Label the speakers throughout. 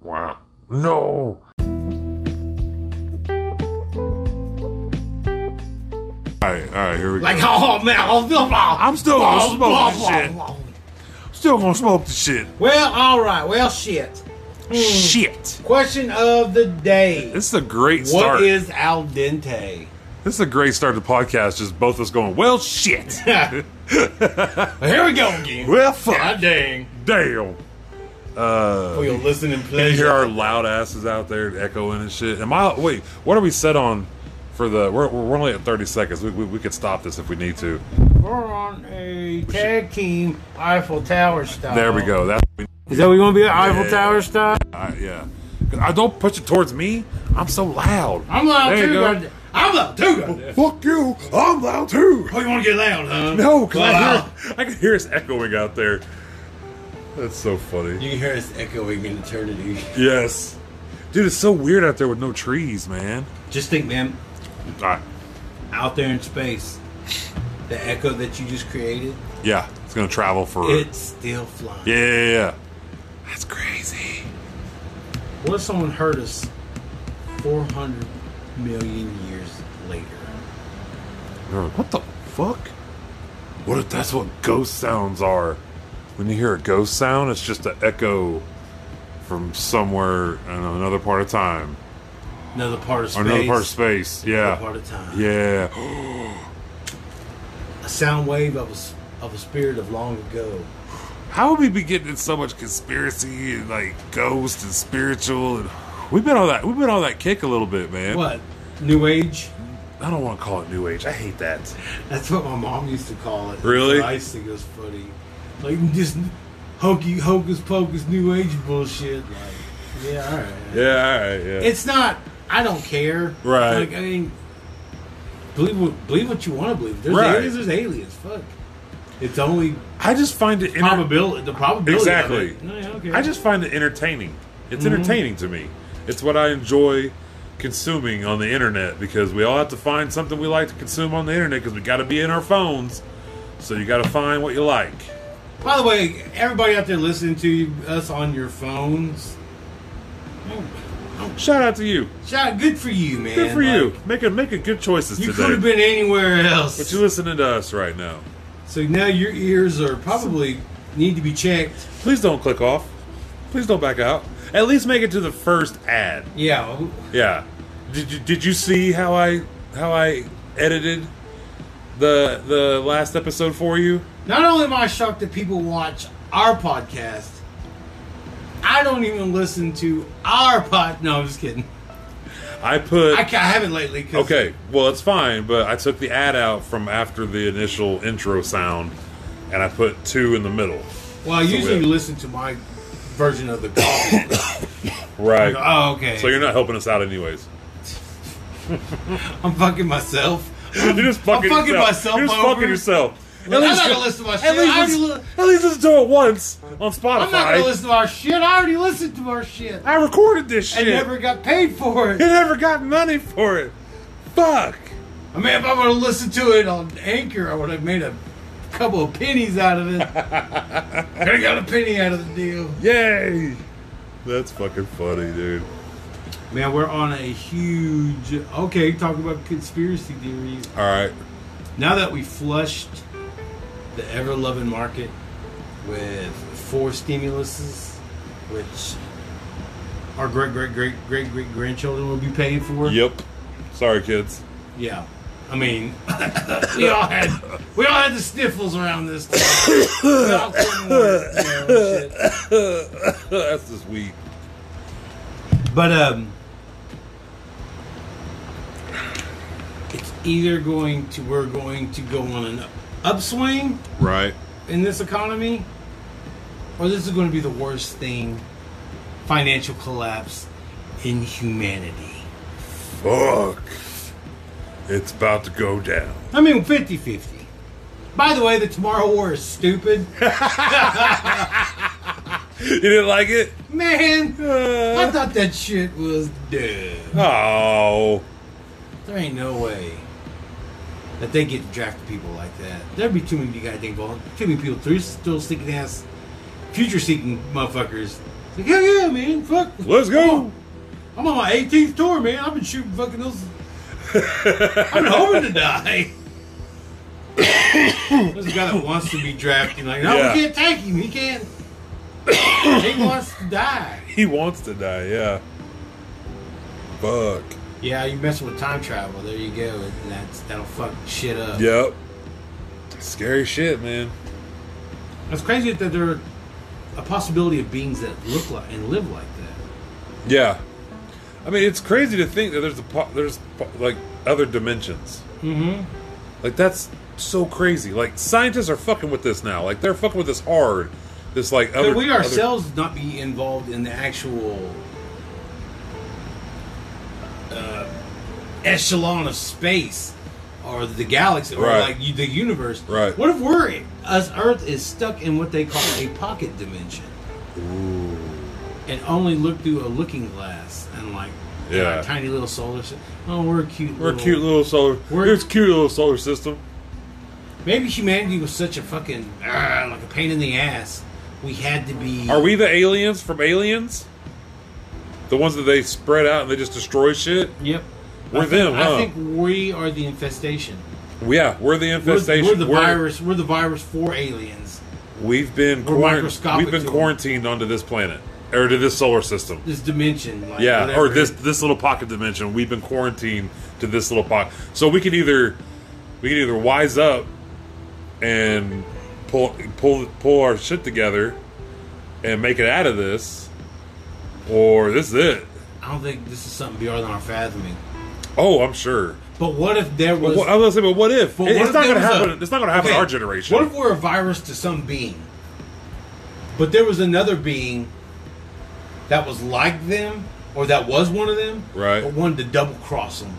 Speaker 1: Wow. No. All right, all right, here we
Speaker 2: Like,
Speaker 1: go.
Speaker 2: oh man, oh, blah, blah,
Speaker 1: I'm still
Speaker 2: blah,
Speaker 1: gonna smoke
Speaker 2: blah,
Speaker 1: this
Speaker 2: blah,
Speaker 1: shit.
Speaker 2: blah.
Speaker 1: Still gonna smoke the shit.
Speaker 2: Well, all right. Well, shit.
Speaker 1: Hmm. Shit.
Speaker 2: Question of the day:
Speaker 1: This is a great start.
Speaker 2: What is al dente?
Speaker 1: this is a great start to the podcast. Just both of us going, well, shit.
Speaker 2: Here we go again.
Speaker 1: well, fuck.
Speaker 2: God dang!
Speaker 1: Damn.
Speaker 2: For your listening
Speaker 1: You
Speaker 2: pleasure.
Speaker 1: hear our loud asses out there echoing and shit. Am I? Wait, what are we set on for the? We're, we're only at thirty seconds. We, we, we could stop this if we need to.
Speaker 2: We're on a tag team Eiffel Tower style.
Speaker 1: There we go. That's
Speaker 2: Is that what you want to be? Eiffel
Speaker 1: Yeah.
Speaker 2: Tower style?
Speaker 1: I, yeah. I don't push it towards me. I'm so loud.
Speaker 2: I'm loud
Speaker 1: There you
Speaker 2: too.
Speaker 1: go.
Speaker 2: goddamn- I'm loud too. goddamn.
Speaker 1: Fuck you. I'm loud too.
Speaker 2: Oh, you want to get loud, huh?
Speaker 1: No, because
Speaker 2: Wow.
Speaker 1: I hear I can hear us echoing out there. That's so funny.
Speaker 2: You can hear us echoing in eternity.
Speaker 1: Yes. Dude, it's so weird out there with no trees, man.
Speaker 2: Just think, man,
Speaker 1: I,
Speaker 2: out there in space, the echo that you just created,
Speaker 1: yeah, it's gonna travel for
Speaker 2: it's still flying.
Speaker 1: Yeah, yeah, yeah. That's crazy.
Speaker 2: What if someone heard us 400 million years later?
Speaker 1: They're like, what the fuck? What if that's what ghost sounds are? When you hear a ghost sound, it's just an echo from somewhere in another part of time.
Speaker 2: Another part of space.
Speaker 1: Or another part of space. Yeah.
Speaker 2: Another part of time.
Speaker 1: yeah.
Speaker 2: A sound wave of a, s- of a spirit of long ago.
Speaker 1: How would we be getting in so much conspiracy and like ghost and spiritual and we've been on that we've been on that kick a little bit, man.
Speaker 2: What? New Age?
Speaker 1: I don't want to call it new age. I hate that.
Speaker 2: That's what my mom used to call it.
Speaker 1: Really?
Speaker 2: I used to think it was funny. Like, just hokey, hocus pocus, New Age bullshit. Like, yeah, all right.
Speaker 1: Yeah, all right, yeah.
Speaker 2: It's not. I don't care.
Speaker 1: Right.
Speaker 2: Like I mean, believe what believe what you want to believe. There's
Speaker 1: Right.
Speaker 2: aliens. There's aliens. Fuck. It's only
Speaker 1: I just find it inter-
Speaker 2: probability. The probability. of
Speaker 1: Exactly.
Speaker 2: it. No, yeah, okay.
Speaker 1: I just find it entertaining. It's
Speaker 2: Mm-hmm.
Speaker 1: entertaining to me. It's what I enjoy consuming on the internet because we all have to find something we like to consume on the internet because we got to be in our phones. So you got to find what you like.
Speaker 2: By the way, everybody out there listening to us on your phones.
Speaker 1: Shout out to you.
Speaker 2: Shout! Good for you, man.
Speaker 1: Good for you.
Speaker 2: Like,
Speaker 1: Making making good choices
Speaker 2: you could
Speaker 1: today.
Speaker 2: have been anywhere else.
Speaker 1: but you're listening to us right now.
Speaker 2: so now your ears are probably need to be checked.
Speaker 1: Please don't click off. Please don't back out. At least make it to the first ad.
Speaker 2: Yeah.
Speaker 1: Yeah. Did you did you see how I how I edited the the last episode for you?
Speaker 2: Not only am I shocked that people watch our podcast, I don't even listen to our pod. No, I'm just kidding.
Speaker 1: I put
Speaker 2: I, ca- I haven't lately. 'cause-
Speaker 1: okay. Well, it's fine, but I took the ad out from after the initial intro sound, and I put two in the middle.
Speaker 2: Well, I usually
Speaker 1: we-
Speaker 2: listen to my version of the podcast.
Speaker 1: Right.
Speaker 2: oh, okay.
Speaker 1: So you're not helping us out, anyways.
Speaker 2: I'm fucking myself.
Speaker 1: You're just fucking,
Speaker 2: fucking
Speaker 1: yourself.
Speaker 2: myself
Speaker 1: You're just
Speaker 2: over.
Speaker 1: fucking yourself.
Speaker 2: I'm not gonna listen to my shit.
Speaker 1: At least,
Speaker 2: I already
Speaker 1: listen,
Speaker 2: li-
Speaker 1: at least listen to it once on Spotify.
Speaker 2: I'm not gonna listen to our shit. I already listened to our shit.
Speaker 1: I recorded this shit.
Speaker 2: I never got paid for
Speaker 1: It
Speaker 2: it.
Speaker 1: never got money for it. Fuck.
Speaker 2: I mean, if I would have listened to it on Anchor, I would have made a couple of pennies out of it. I got a penny out of the deal.
Speaker 1: Yay. That's fucking funny, dude.
Speaker 2: Man, we're on a huge. Okay, talk about conspiracy theories.
Speaker 1: All right.
Speaker 2: Now that we flushed the ever loving market with four stimuluses, which our great great great great great grandchildren will be paying for.
Speaker 1: Yep. Sorry, kids.
Speaker 2: Yeah. I mean, we all had we all had the sniffles around this. Time. We all couldn't work, you know, shit.
Speaker 1: That's this week.
Speaker 2: But um, it's either going to we're going to go on an upswing
Speaker 1: Right.
Speaker 2: in this economy, or this is going to be the worst thing, financial collapse in humanity.
Speaker 1: Fuck. It's about to go down.
Speaker 2: I mean, 50-50. By the way, the Tomorrow War is stupid,
Speaker 1: You didn't like it?
Speaker 2: man. I
Speaker 1: Uh,
Speaker 2: thought that shit was dead.
Speaker 1: oh.
Speaker 2: There ain't no way that they get to draft people like that. There'd be too many goddamn vol- too many people, too still seeking ass, future seeking motherfuckers. Like, yeah, yeah, man. Fuck.
Speaker 1: Let's go.
Speaker 2: I'm on my 18th tour, man. I've been shooting fucking those. I've been Oh. hoping to die. There's a guy that wants to be drafted. Like, no,
Speaker 1: Yeah.
Speaker 2: we can't take him. He can't. he wants to die.
Speaker 1: He wants to die. Yeah. Fuck.
Speaker 2: Yeah, you messing with time travel. There you go. And that's, that'll fuck shit up.
Speaker 1: Yep. Scary shit, man.
Speaker 2: It's crazy that there are a possibility of beings that look like and live like that.
Speaker 1: Yeah. I mean, it's crazy to think that there's a po- there's po- like other dimensions.
Speaker 2: Mm-hmm.
Speaker 1: Like that's so crazy. Like scientists are fucking with this now. Like they're fucking with this hard. This like other.
Speaker 2: But we
Speaker 1: other-
Speaker 2: ourselves not be involved in the actual uh, echelon of space or the galaxy or
Speaker 1: Right.
Speaker 2: like you, the universe.
Speaker 1: Right.
Speaker 2: What if we're us Earth is stuck in what they call a pocket dimension
Speaker 1: Ooh.
Speaker 2: and only look through a looking glass and like in
Speaker 1: Yeah.
Speaker 2: our tiny little solar system. Oh, we're a cute.
Speaker 1: We're a cute little solar.
Speaker 2: We're-
Speaker 1: Here's a cute little solar system.
Speaker 2: Maybe humanity was such a fucking uh, like a pain in the ass. We had to be.
Speaker 1: Are we the aliens from Aliens? The ones that they spread out and they just destroy shit.
Speaker 2: Yep.
Speaker 1: We're
Speaker 2: I think-
Speaker 1: them, huh?
Speaker 2: I think we are the infestation.
Speaker 1: Yeah, we're the
Speaker 2: We're,
Speaker 1: infestation.
Speaker 2: we're the virus. We're the virus for aliens.
Speaker 1: We've been
Speaker 2: We're
Speaker 1: quaran-
Speaker 2: microscopic
Speaker 1: we've been
Speaker 2: to 'em.
Speaker 1: quarantined onto this planet or to this solar system.
Speaker 2: This dimension. Like,
Speaker 1: Yeah,
Speaker 2: whatever.
Speaker 1: or this this little pocket dimension. We've been quarantined to this little pocket, so we can either we can either wise up and pull pull pull our shit together and make it out of this, or this is it.
Speaker 2: I don't think this is something beyond our fathoming.
Speaker 1: Oh, I'm sure.
Speaker 2: But what if there was?
Speaker 1: But what, I was gonna say, but what if?
Speaker 2: But
Speaker 1: It-
Speaker 2: what
Speaker 1: it's,
Speaker 2: if
Speaker 1: not
Speaker 2: there
Speaker 1: gonna
Speaker 2: was a-
Speaker 1: happen, it's not going to happen. to
Speaker 2: okay,
Speaker 1: our generation.
Speaker 2: What if we're a virus to some being? But there was another being that was like them, or that was one of them,
Speaker 1: Right.
Speaker 2: But wanted to double cross them,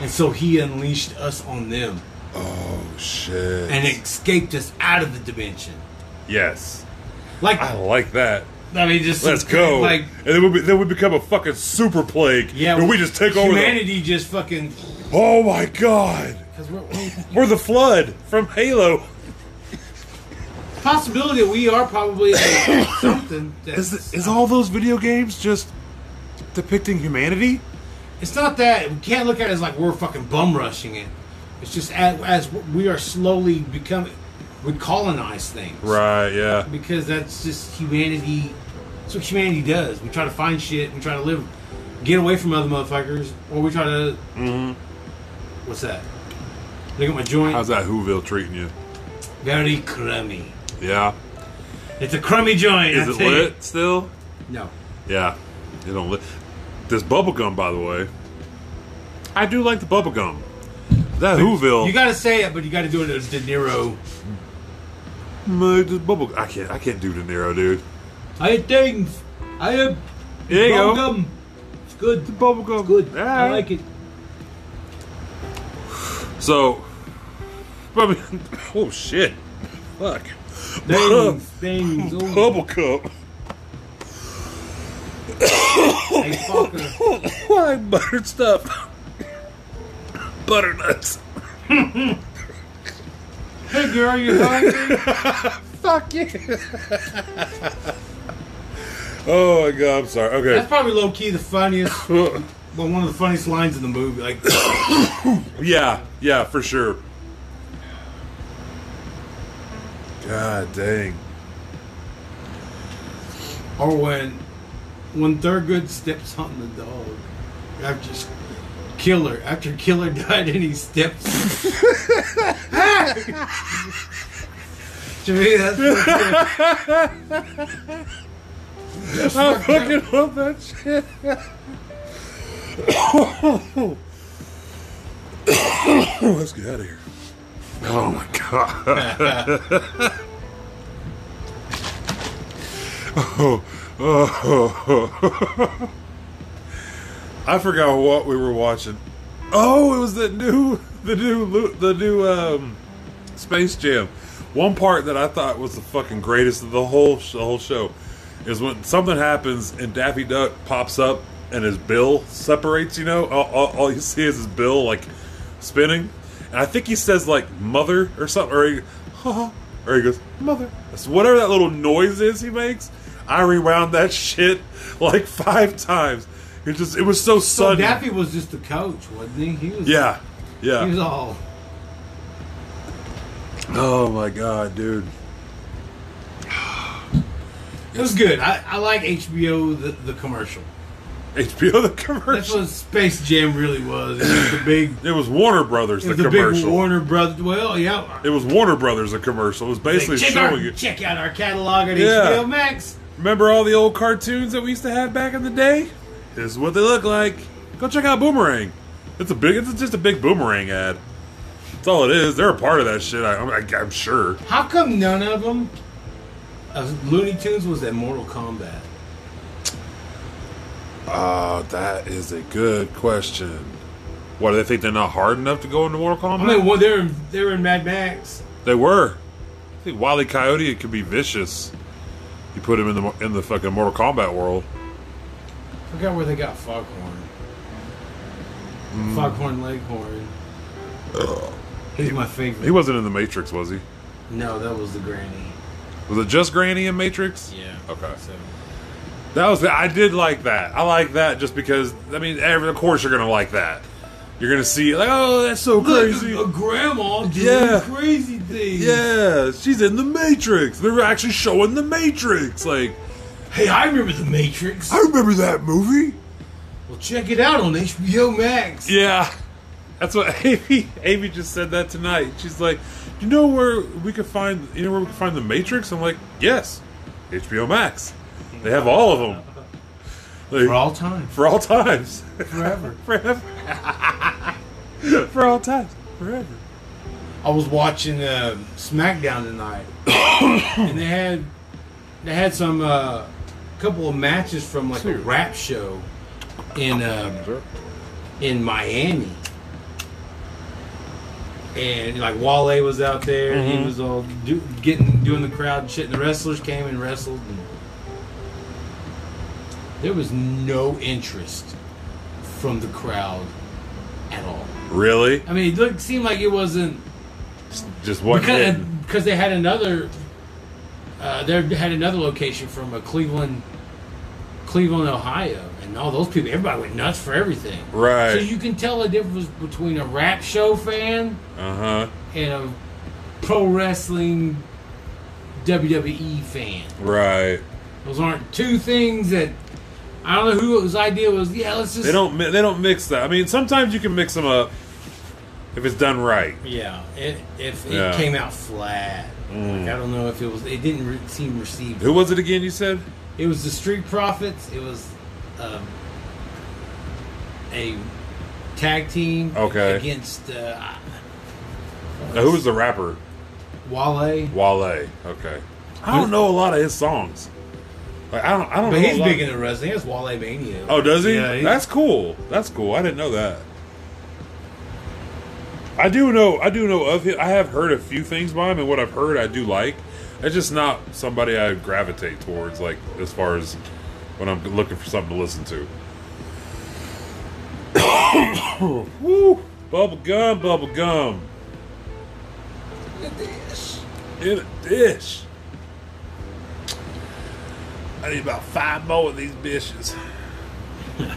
Speaker 2: and so he unleashed us on them
Speaker 1: oh shit!
Speaker 2: and escaped us out of the dimension.
Speaker 1: yes,
Speaker 2: Like
Speaker 1: I like that.
Speaker 2: I mean, just
Speaker 1: Let's go.
Speaker 2: Like
Speaker 1: and then we, then we become a fucking super plague.
Speaker 2: yeah,
Speaker 1: and we just take over. The,
Speaker 2: humanity. Just fucking
Speaker 1: oh my god.
Speaker 2: because we're, we
Speaker 1: We're the flood from Halo.
Speaker 2: possibility that we are probably a- something. That's,
Speaker 1: all those video games just depicting humanity?
Speaker 2: it's not that we can't look at it as like we're fucking bum rushing it. It's just as, as we are slowly becoming, we colonize things,
Speaker 1: Right, yeah.
Speaker 2: Because that's just humanity. That's what humanity does. We try to find shit. We try to live, get away from other motherfuckers, or we try to. What's that? Look at my joint.
Speaker 1: Mm-hmm. How's that Whoville treating you?
Speaker 2: Very crummy.
Speaker 1: Yeah.
Speaker 2: It's a crummy joint.
Speaker 1: Is
Speaker 2: I
Speaker 1: it
Speaker 2: tell you.
Speaker 1: lit still?
Speaker 2: No.
Speaker 1: Yeah. It don't lit. This bubblegum, by the way. I do like the bubblegum. That Whoville.
Speaker 2: You got to say it, but you got to do it as De Niro.
Speaker 1: Mm, this bubble I can't I can't do De Niro, dude.
Speaker 2: I had things. I have.
Speaker 1: There you go.
Speaker 2: bubblegum. It's good.
Speaker 1: Bubblegum.
Speaker 2: It's good.
Speaker 1: All
Speaker 2: I
Speaker 1: right.
Speaker 2: like it.
Speaker 1: So I mean, oh shit. Fuck.
Speaker 2: Things. things. Oh,
Speaker 1: Bubble cup.
Speaker 2: hey, fucker.
Speaker 1: Why buttered stuff? Butternuts.
Speaker 2: Hey, girl, you hungry?
Speaker 1: Fuck you. oh my god, I'm sorry.
Speaker 2: That's
Speaker 1: Okay.
Speaker 2: probably low key the funniest. Well, one of the funniest lines in the movie. Like,
Speaker 1: yeah, yeah, for sure. God dang.
Speaker 2: or when, when Thurgood steps on the dog after s- Killer, after Killer died, and he steps. to me, that's.
Speaker 1: I fucking love that shit. Let's get out of here. Oh my god. oh, oh. I forgot what we were watching. Oh, it was the new, the new, Lu- the new um, Space Jam. One part that I thought was the fucking greatest of the whole sh- the whole show is when something happens and Daffy Duck pops up and his bill separates. You know, all, all, all you see is his bill like spinning, and I think he says like "mother" or something, or he, "ha ha," or he goes "mother." That's whatever that little noise is he makes. I rewound that shit like five times. It just it was so,
Speaker 2: So
Speaker 1: sudden.
Speaker 2: Daffy was just the coach, wasn't he? He was.
Speaker 1: yeah,
Speaker 2: He was
Speaker 1: yeah.
Speaker 2: all.
Speaker 1: Oh my god, dude.
Speaker 2: It was good. I, I like HBO the, the commercial.
Speaker 1: HBO the
Speaker 2: That's
Speaker 1: commercial.
Speaker 2: what Space Jam really was. It was the big.
Speaker 1: it was Warner Brothers
Speaker 2: It
Speaker 1: the
Speaker 2: was the big
Speaker 1: commercial.
Speaker 2: Warner Brothers. Well, yeah.
Speaker 1: it was Warner Brothers the commercial. It was basically
Speaker 2: check,
Speaker 1: showing
Speaker 2: our,
Speaker 1: you.
Speaker 2: check out our catalog at
Speaker 1: Yeah.
Speaker 2: HBO Max.
Speaker 1: Remember all the old cartoons that we used to have back in the day? This is what they look like. Go check out Boomerang. It's a big. It's just a big Boomerang ad. That's all it is. They're a part of that shit. I, I, I'm sure.
Speaker 2: How come none of them? Of Looney Tunes was at Mortal Kombat.
Speaker 1: Uh, that is a good question. What do they think they're not hard enough to go into Mortal
Speaker 2: I
Speaker 1: Kombat?
Speaker 2: mean, well, they're in, they're in Mad Max.
Speaker 1: they were. I think Wile E. Coyote could be vicious. You put him in the mo- in the fucking Mortal Kombat world.
Speaker 2: Forgot where they got Foghorn. Foghorn Leghorn. He's my favorite.
Speaker 1: He wasn't in the Matrix, was he?
Speaker 2: no, that was the granny.
Speaker 1: Was it just Granny in Matrix?
Speaker 2: Yeah.
Speaker 1: Okay.
Speaker 2: So,
Speaker 1: That was I did like that. I like that just because I mean, every, of course you're gonna like that. You're gonna see like, oh, that's so crazy.
Speaker 2: Look, a grandma doing
Speaker 1: Yeah.
Speaker 2: crazy things.
Speaker 1: Yeah, she's in the Matrix. They're actually showing the Matrix. Like,
Speaker 2: Hey, I remember the Matrix.
Speaker 1: I remember that movie.
Speaker 2: Well, check it out on HBO Max.
Speaker 1: Yeah, that's what Amy. Amy just said that tonight. She's like, you know where we could find, you know where we could find the Matrix. I'm like, yes, HBO Max. They have all of them. Like,
Speaker 2: For all time,
Speaker 1: for all times.
Speaker 2: forever.
Speaker 1: forever. For all time, forever.
Speaker 2: I was watching uh, SmackDown tonight, and they had they had some uh, couple of matches from like a rap show in um, in Miami, and like Wale was out there. and He was all do, getting doing the crowd and shit, and the wrestlers came and wrestled. And there was no interest from the crowd at all.
Speaker 1: Really?
Speaker 2: I mean, it looked, seemed like it wasn't
Speaker 1: Just one
Speaker 2: because,
Speaker 1: hidden.
Speaker 2: because they had another uh, they had another location from a Cleveland Cleveland Ohio and all those people everybody went nuts for everything
Speaker 1: Right.
Speaker 2: so you can tell the difference between a rap show fan
Speaker 1: Uh huh.
Speaker 2: and a pro wrestling WWE fan
Speaker 1: Right.
Speaker 2: those aren't two things that I don't know who whose idea was yeah let's just
Speaker 1: They don't. mi- They don't mix that. I mean, sometimes you can mix them up if it's done right.
Speaker 2: yeah it, if it
Speaker 1: Yeah. Mm.
Speaker 2: came out flat like, I don't know if it was it didn't re- seem received
Speaker 1: Who was it again? You said
Speaker 2: It was the Street Profits. It was um, a tag team
Speaker 1: Okay.
Speaker 2: against uh,
Speaker 1: Uh, who was the rapper?
Speaker 2: Wale.
Speaker 1: Wale. Okay. I don't know a lot of his songs. Like I don't. I don't.
Speaker 2: But
Speaker 1: know
Speaker 2: he's
Speaker 1: a lot-
Speaker 2: big into wrestling. He has Wale Mania.
Speaker 1: Oh, does he?
Speaker 2: Yeah, he-
Speaker 1: That's cool. That's cool. I didn't know that. I do know. I do know of him. I have heard a few things by him, and what I've heard, I do like. It's just not somebody I gravitate towards, like as far as when I'm looking for something to listen to. Woo! Bubble gum, bubble gum. In a dish. I need about five more of these bitches.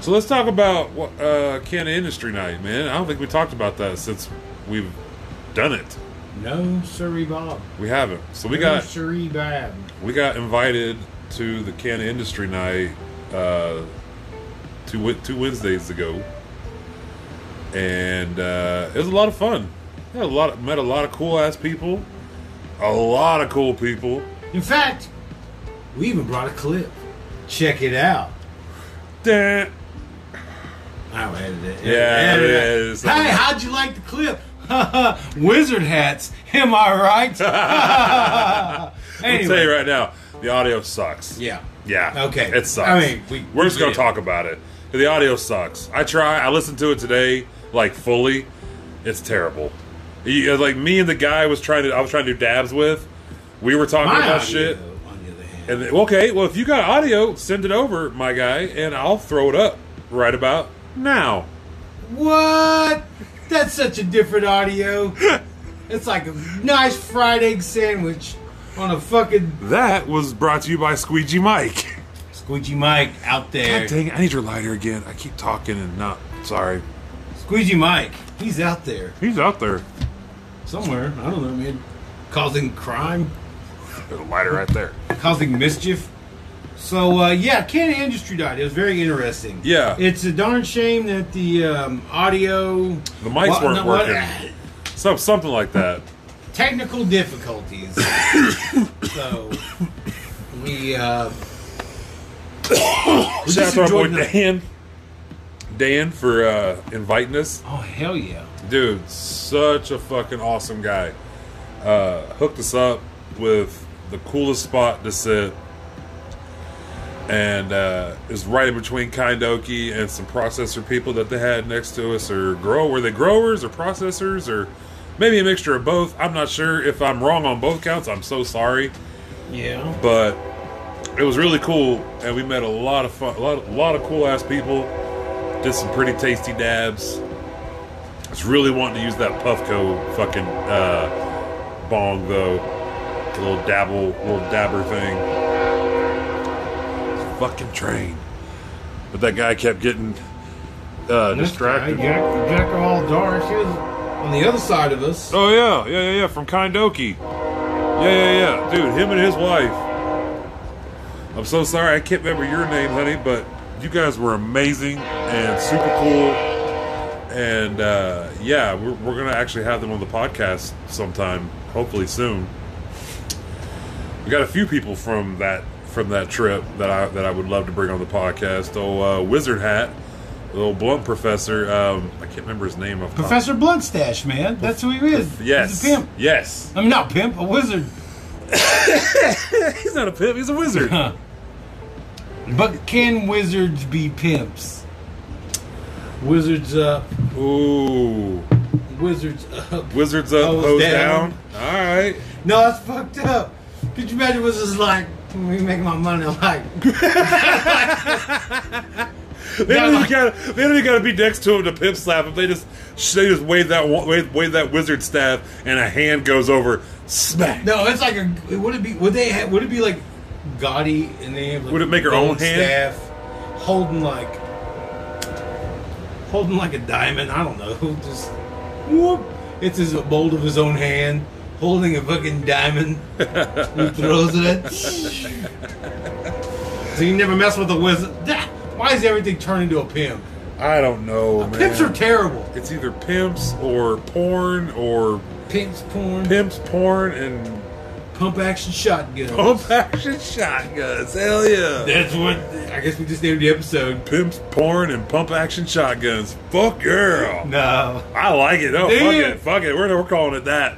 Speaker 1: so let's talk about what uh, Canada Industry Night, man. I don't think we talked about that since we've done it.
Speaker 2: No, Siri Bob.
Speaker 1: We haven't. So we
Speaker 2: no,
Speaker 1: got
Speaker 2: Siri Bob.
Speaker 1: we got invited to the Canada Industry Night uh, two Wed- two Wednesdays ago, and uh, it was a lot of fun. Had a lot of, met a lot of cool ass people, a lot of cool people.
Speaker 2: In fact, we even brought a clip. Check it out.
Speaker 1: Dun.
Speaker 2: I don't edit it.
Speaker 1: Yeah,
Speaker 2: Edit it.
Speaker 1: yeah, it's-
Speaker 2: Hey, how'd you like the clip? Wizard hats. Am I right? anyway.
Speaker 1: I'll tell you right now, the audio sucks.
Speaker 2: Yeah.
Speaker 1: Yeah.
Speaker 2: Okay.
Speaker 1: It sucks.
Speaker 2: I mean, we-
Speaker 1: are just
Speaker 2: we
Speaker 1: gonna
Speaker 2: did.
Speaker 1: talk about it. The audio sucks. I try. I listened to it today, like fully. It's terrible. You- uh, like me and the guy was trying to. I was trying to do dabs with. We were talking
Speaker 2: My
Speaker 1: about
Speaker 2: audio,
Speaker 1: shit.
Speaker 2: On the other hand.
Speaker 1: And then, okay, well, if you got audio, send it over, my guy, and I'll throw it up right about now.
Speaker 2: What? That's such a different audio. It's like a nice fried egg sandwich on a fucking
Speaker 1: That was brought to you by Squeegee Mike.
Speaker 2: squeegee mic out there.
Speaker 1: God dang it, I need your lighter again. I keep talking and not. Sorry.
Speaker 2: Squeegee Mike, he's out there
Speaker 1: He's out there.
Speaker 2: somewhere. I don't know, man. Causing crime,
Speaker 1: There's a lighter right there.
Speaker 2: causing mischief. So uh, yeah, Canada Industry died. It was very interesting.
Speaker 1: Yeah.
Speaker 2: it's a darn shame that the um, audio,
Speaker 1: The mics
Speaker 2: Well,
Speaker 1: weren't
Speaker 2: no, what-
Speaker 1: working. So, something like that.
Speaker 2: technical difficulties. so we uh, we
Speaker 1: Shout out
Speaker 2: just
Speaker 1: to our boy
Speaker 2: enjoyed the-
Speaker 1: Dan. Dan for uh, inviting us.
Speaker 2: Oh hell yeah!
Speaker 1: Dude, such a fucking awesome guy. Uh, hooked us up with the coolest spot to sit. And uh, it's right in between Kindoki and some processor people that they had next to us, or grow were they growers or processors, or maybe a mixture of both. I'm not sure if I'm wrong on both counts. I'm so sorry
Speaker 2: Yeah,
Speaker 1: but it was really cool, and we met a lot of fun, a lot, a lot of cool ass people. Did some pretty tasty dabs. I was really wanting to use that Puffco fucking uh, bong though, the little dabble, little dabber thing. Fucking train, but that guy kept getting uh, distracted.
Speaker 2: Jack, Jack all darn. She was on the other side of us.
Speaker 1: Oh yeah, yeah, yeah, yeah, from Kindoki. Yeah, yeah, yeah, dude, him and his wife. I'm so sorry I can't remember your name, honey, but you guys were amazing and super cool. And uh, yeah, we're, we're gonna actually have them on the podcast sometime, hopefully soon. We got a few people from that from that trip that I that I would love to bring on the podcast. Oh, uh, Wizard Hat, the old Blunt Professor. Um, I can't remember his name. off the top of
Speaker 2: Professor Bloodstash, man. That's who he is.
Speaker 1: Yes.
Speaker 2: He's a pimp.
Speaker 1: Yes.
Speaker 2: I mean, not pimp, a wizard.
Speaker 1: He's not a pimp. He's a wizard.
Speaker 2: Huh. But can wizards be pimps? Wizards up,
Speaker 1: Ooh.
Speaker 2: wizards up.
Speaker 1: Wizards up,
Speaker 2: Hose
Speaker 1: hose down.
Speaker 2: down.
Speaker 1: All right.
Speaker 2: No, that's fucked up. Could you imagine wizards like, we make my money like,
Speaker 1: They don't even gotta. They don't even gotta be next to him to pimp slap him. They just. They just wave that wa- wave, wave that wizard staff, and a hand goes over. Smack.
Speaker 2: no, it's like a, would it be, would they have, would it be like gaudy and they have like
Speaker 1: Would it make her
Speaker 2: gold
Speaker 1: own hand?
Speaker 2: Staff holding like, holding like a diamond, I don't know, just, whoop. It's his bold of his own hand, holding a fucking diamond. He throws it at. so you never mess with a wizard. Dah! Why is everything turned into a pimp?
Speaker 1: I don't know, man.
Speaker 2: Uh, Pimps are terrible.
Speaker 1: it's either pimps or porn or
Speaker 2: Pimps, porn,
Speaker 1: pimps, porn, and
Speaker 2: pump action shotgun.
Speaker 1: pump action shotguns. Hell yeah.
Speaker 2: That's what. I guess we just named the episode.
Speaker 1: Pimps, porn, and pump action shotguns. Fuck girl.
Speaker 2: No.
Speaker 1: I like it. Oh, fuck
Speaker 2: Damn.
Speaker 1: it. Fuck it. We're, we're calling it that.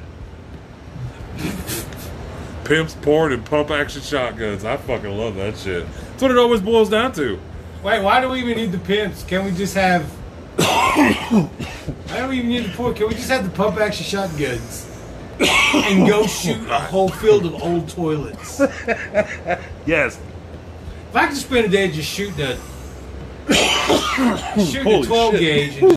Speaker 1: Pimps, porn, and pump action shotguns. I fucking love that shit. That's what it always boils down to.
Speaker 2: Wait, why do we even need the pimps? Can we just have. I don't even need the porn. Can we just have the pump action shotguns? and go shoot a whole field of old toilets. If
Speaker 1: Yes.
Speaker 2: I could spend a day just shooting a. shooting
Speaker 1: Holy
Speaker 2: a 12
Speaker 1: shit.
Speaker 2: gauge and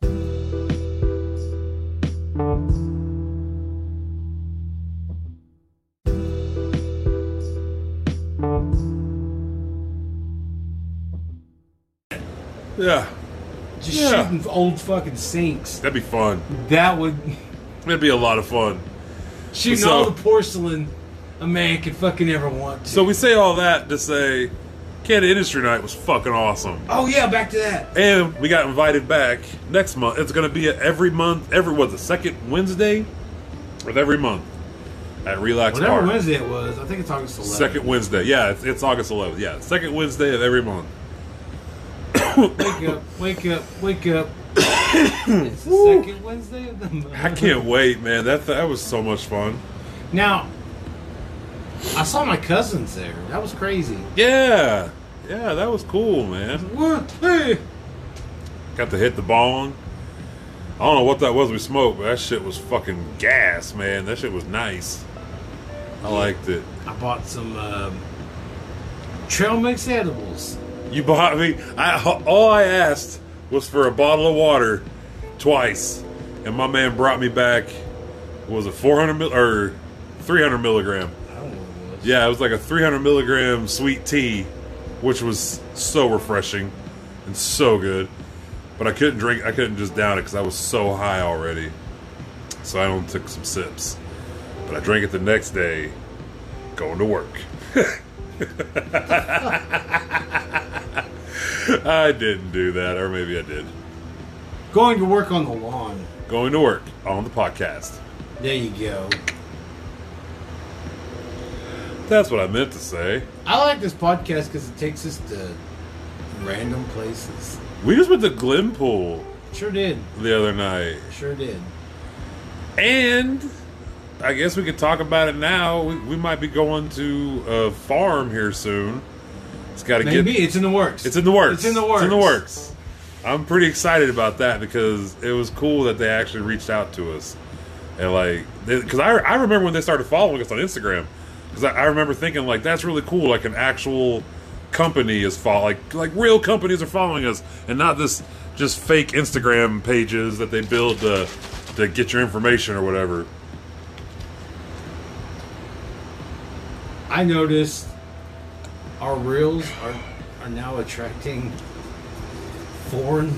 Speaker 1: Yeah.
Speaker 2: Just
Speaker 1: Yeah.
Speaker 2: shooting old fucking sinks.
Speaker 1: That'd be fun.
Speaker 2: That would
Speaker 1: That'd be a lot of fun.
Speaker 2: shooting
Speaker 1: So-
Speaker 2: all the porcelain a man could fucking ever want to.
Speaker 1: So we say all that to say Canada Industry Night was fucking awesome.
Speaker 2: oh yeah, back to that.
Speaker 1: And we got invited back next month. It's going to be at every month, every, what, the second Wednesday of every month at Relax
Speaker 2: Whatever
Speaker 1: Park.
Speaker 2: Wednesday it was, I think it's August 11th.
Speaker 1: Second Wednesday. Yeah, it's, it's August 11th. Yeah, second Wednesday of every month.
Speaker 2: Wake up, wake up, wake up. it's the second Wednesday of the month.
Speaker 1: I can't wait, man. That that was so much fun.
Speaker 2: Now, I saw my cousins there. That was crazy.
Speaker 1: Yeah, yeah, that was cool, man.
Speaker 2: What? Hey.
Speaker 1: Got to hit the bong. I don't know what that was we smoked, but that shit was fucking gas, man. That shit was nice. I liked it.
Speaker 2: I bought some um, trail mix edibles.
Speaker 1: You bought me. I all I asked was for a bottle of water, twice, and my man brought me back what was it 400 mil or 300 milligram.
Speaker 2: I don't know what it was.
Speaker 1: Yeah, it was like a 300 milligram sweet tea, which was so refreshing and so good. But I couldn't drink. I couldn't just down it because I was so high already. So I only took some sips. But I drank it the next day, going to work. I didn't do that, or maybe I did.
Speaker 2: Going to work on the lawn.
Speaker 1: Going to work on the podcast.
Speaker 2: There you go.
Speaker 1: That's what I meant to say.
Speaker 2: I like this podcast because it takes us to random places.
Speaker 1: We just went to Glenpool
Speaker 2: Sure did.
Speaker 1: the other night.
Speaker 2: Sure did.
Speaker 1: And I guess we could talk about it now. We, we might be going to a farm here soon. It's got to
Speaker 2: Maybe
Speaker 1: get.
Speaker 2: it's in the works.
Speaker 1: It's in the works.
Speaker 2: It's in the works.
Speaker 1: It's in the works. I'm pretty excited about that because it was cool that they actually reached out to us. And like, because I, I remember when they started following us on Instagram, because I, I remember thinking like that's really cool. Like an actual company is follow like like real companies are following us, and not this just fake Instagram pages that they build to to get your information or whatever.
Speaker 2: I noticed our reels are are now attracting foreign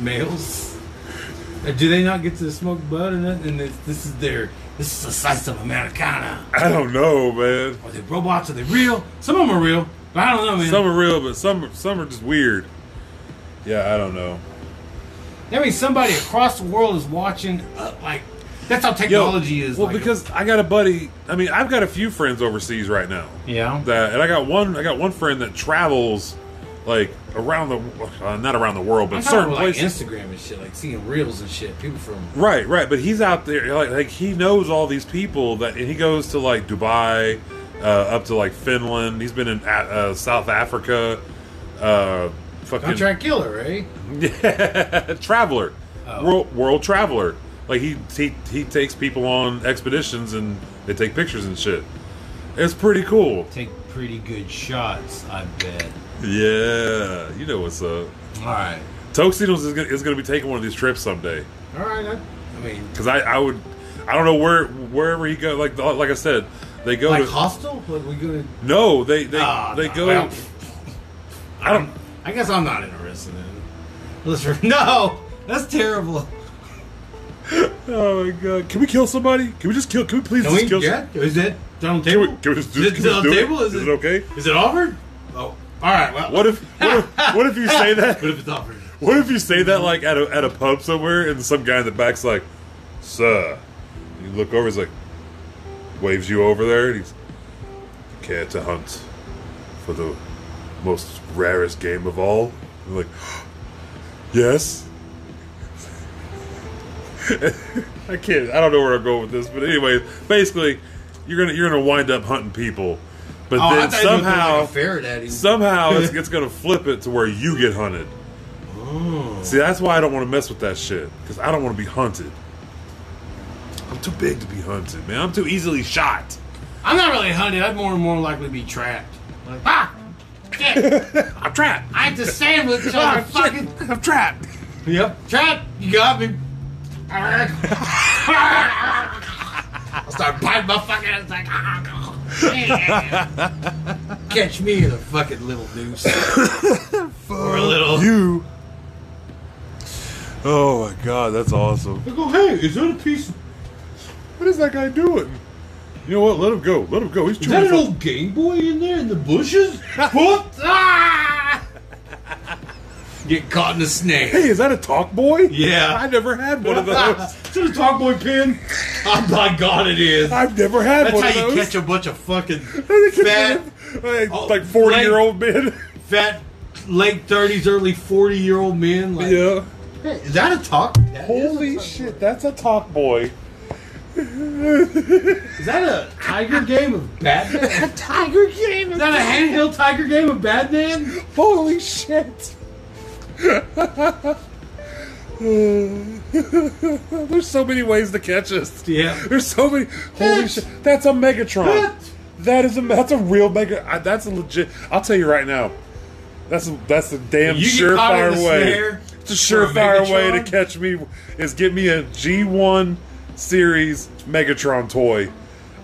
Speaker 2: males. Uh, Do they not get to smoke bud or nothing? And this, this is their this is a slice of Americana.
Speaker 1: I don't know, man.
Speaker 2: Are they robots? Are they real? Some of them are real, but I don't know, man.
Speaker 1: Some are real, but some some are just weird. Yeah, I don't know.
Speaker 2: That means somebody across the world is watching. Uh, like that's how
Speaker 1: Yo,
Speaker 2: technology is.
Speaker 1: Well,
Speaker 2: like-
Speaker 1: because I got a buddy. I mean, I've got a few friends overseas right now.
Speaker 2: yeah,
Speaker 1: That, and I got one. I got one friend that travels like around the, uh, not around the world, but
Speaker 2: I'm talking
Speaker 1: certain
Speaker 2: about like
Speaker 1: places.
Speaker 2: Instagram and shit, like seeing reels and shit. People from
Speaker 1: Right, right. But he's out there, like, like he knows all these people that, and he goes to like Dubai, uh, up to like Finland. He's been in uh, uh, South Africa. Uh, fucking
Speaker 2: Contract Killer, right?
Speaker 1: Yeah, traveler,
Speaker 2: Oh.
Speaker 1: world, world traveler. Like he, he he takes people on expeditions and they take pictures and shit. It's pretty cool.
Speaker 2: Take pretty good shots, I bet.
Speaker 1: Yeah, you know what's up.
Speaker 2: All right,
Speaker 1: Toxinos is gonna, is gonna be taking one of these trips someday.
Speaker 2: all right. I, I mean,
Speaker 1: Cause I, I would, I don't know where wherever he go. Like uh, like I said, they go
Speaker 2: like
Speaker 1: to
Speaker 2: hostile? Like we go to?
Speaker 1: no they they
Speaker 2: Ah,
Speaker 1: they
Speaker 2: no,
Speaker 1: go.
Speaker 2: I don't-
Speaker 1: I don't.
Speaker 2: I guess I'm not interested in. it. Listen, no, that's terrible.
Speaker 1: Oh my god! Can we kill somebody? Can we just kill? Can we please
Speaker 2: Can
Speaker 1: just
Speaker 2: we?
Speaker 1: kill?
Speaker 2: Yeah, is it
Speaker 1: Can
Speaker 2: on the table?
Speaker 1: we, can we just do,
Speaker 2: is it
Speaker 1: can we
Speaker 2: on
Speaker 1: do
Speaker 2: the table?
Speaker 1: It?
Speaker 2: Is
Speaker 1: it okay?
Speaker 2: Is it offered? Oh, all right. Well,
Speaker 1: What if what if, what if you say that?
Speaker 2: What if it's offered?
Speaker 1: What if you say that like at a at a pub somewhere and some guy in the back's like, "Sir," you look over, he's like, waves you over there, and he's care to hunt for the most rarest game of all. And you're like, yes. I can't. I don't know where I'm going with this, but anyway, basically, you're gonna you're gonna wind up hunting people, but
Speaker 2: Oh, I
Speaker 1: then
Speaker 2: thought you were doing,
Speaker 1: somehow
Speaker 2: like a Faraday.
Speaker 1: somehow it's, it's gonna flip it to where you get hunted. See, that's why I don't want to mess with that shit because I don't want to be hunted. I'm too big to be hunted, man. I'm too easily shot.
Speaker 2: I'm not really hunted. I'd more and more likely be trapped. Like, ah, shit,
Speaker 1: I'm trapped.
Speaker 2: I had to sandwich on
Speaker 1: Ah,
Speaker 2: the fucking.
Speaker 1: shit. I'm trapped.
Speaker 2: Yep. Trap, you got me. I start biting my fucking. It's like. "Ah." Catch me in a fucking little noose. or a little.
Speaker 1: You. Oh my god, that's awesome.
Speaker 2: I go, hey, is that a piece? Is
Speaker 1: What is that guy doing? You know what? Let him go. Let him go. He's chewing. his own-
Speaker 2: Game Boy in there in the bushes? what? Ah! Get caught in a snare.
Speaker 1: hey, is that a talk boy?
Speaker 2: Yeah.
Speaker 1: I never had one of those.
Speaker 2: to the talk boy pin. Oh my god, it is.
Speaker 1: I've never had
Speaker 2: That's
Speaker 1: one
Speaker 2: how
Speaker 1: of
Speaker 2: you
Speaker 1: those.
Speaker 2: catch a bunch of fucking
Speaker 1: Fat,
Speaker 2: fat,
Speaker 1: like,
Speaker 2: Oh,
Speaker 1: like forty year old men.
Speaker 2: fat, late thirties, early forty year old men. Like,
Speaker 1: yeah.
Speaker 2: Hey, is that a talk? That
Speaker 1: Holy
Speaker 2: is a-
Speaker 1: shit, that's a talk boy.
Speaker 2: Is that a tiger game of Batman?
Speaker 1: Tiger game.
Speaker 2: is that a handheld tiger game of Batman?
Speaker 1: Holy shit. There's so many ways to catch us.
Speaker 2: Yeah.
Speaker 1: There's so many. Holy
Speaker 2: Hit.
Speaker 1: shit! That's a Megatron.
Speaker 2: Hit.
Speaker 1: That is a that's a real Mega. I, that's a legit. I'll tell you right now. That's a, that's a damn
Speaker 2: You get caught in
Speaker 1: surefire
Speaker 2: the
Speaker 1: way.
Speaker 2: snare
Speaker 1: It's a
Speaker 2: for a
Speaker 1: surefire way to
Speaker 2: Megatron?
Speaker 1: catch me is get me a G1 series Megatron toy.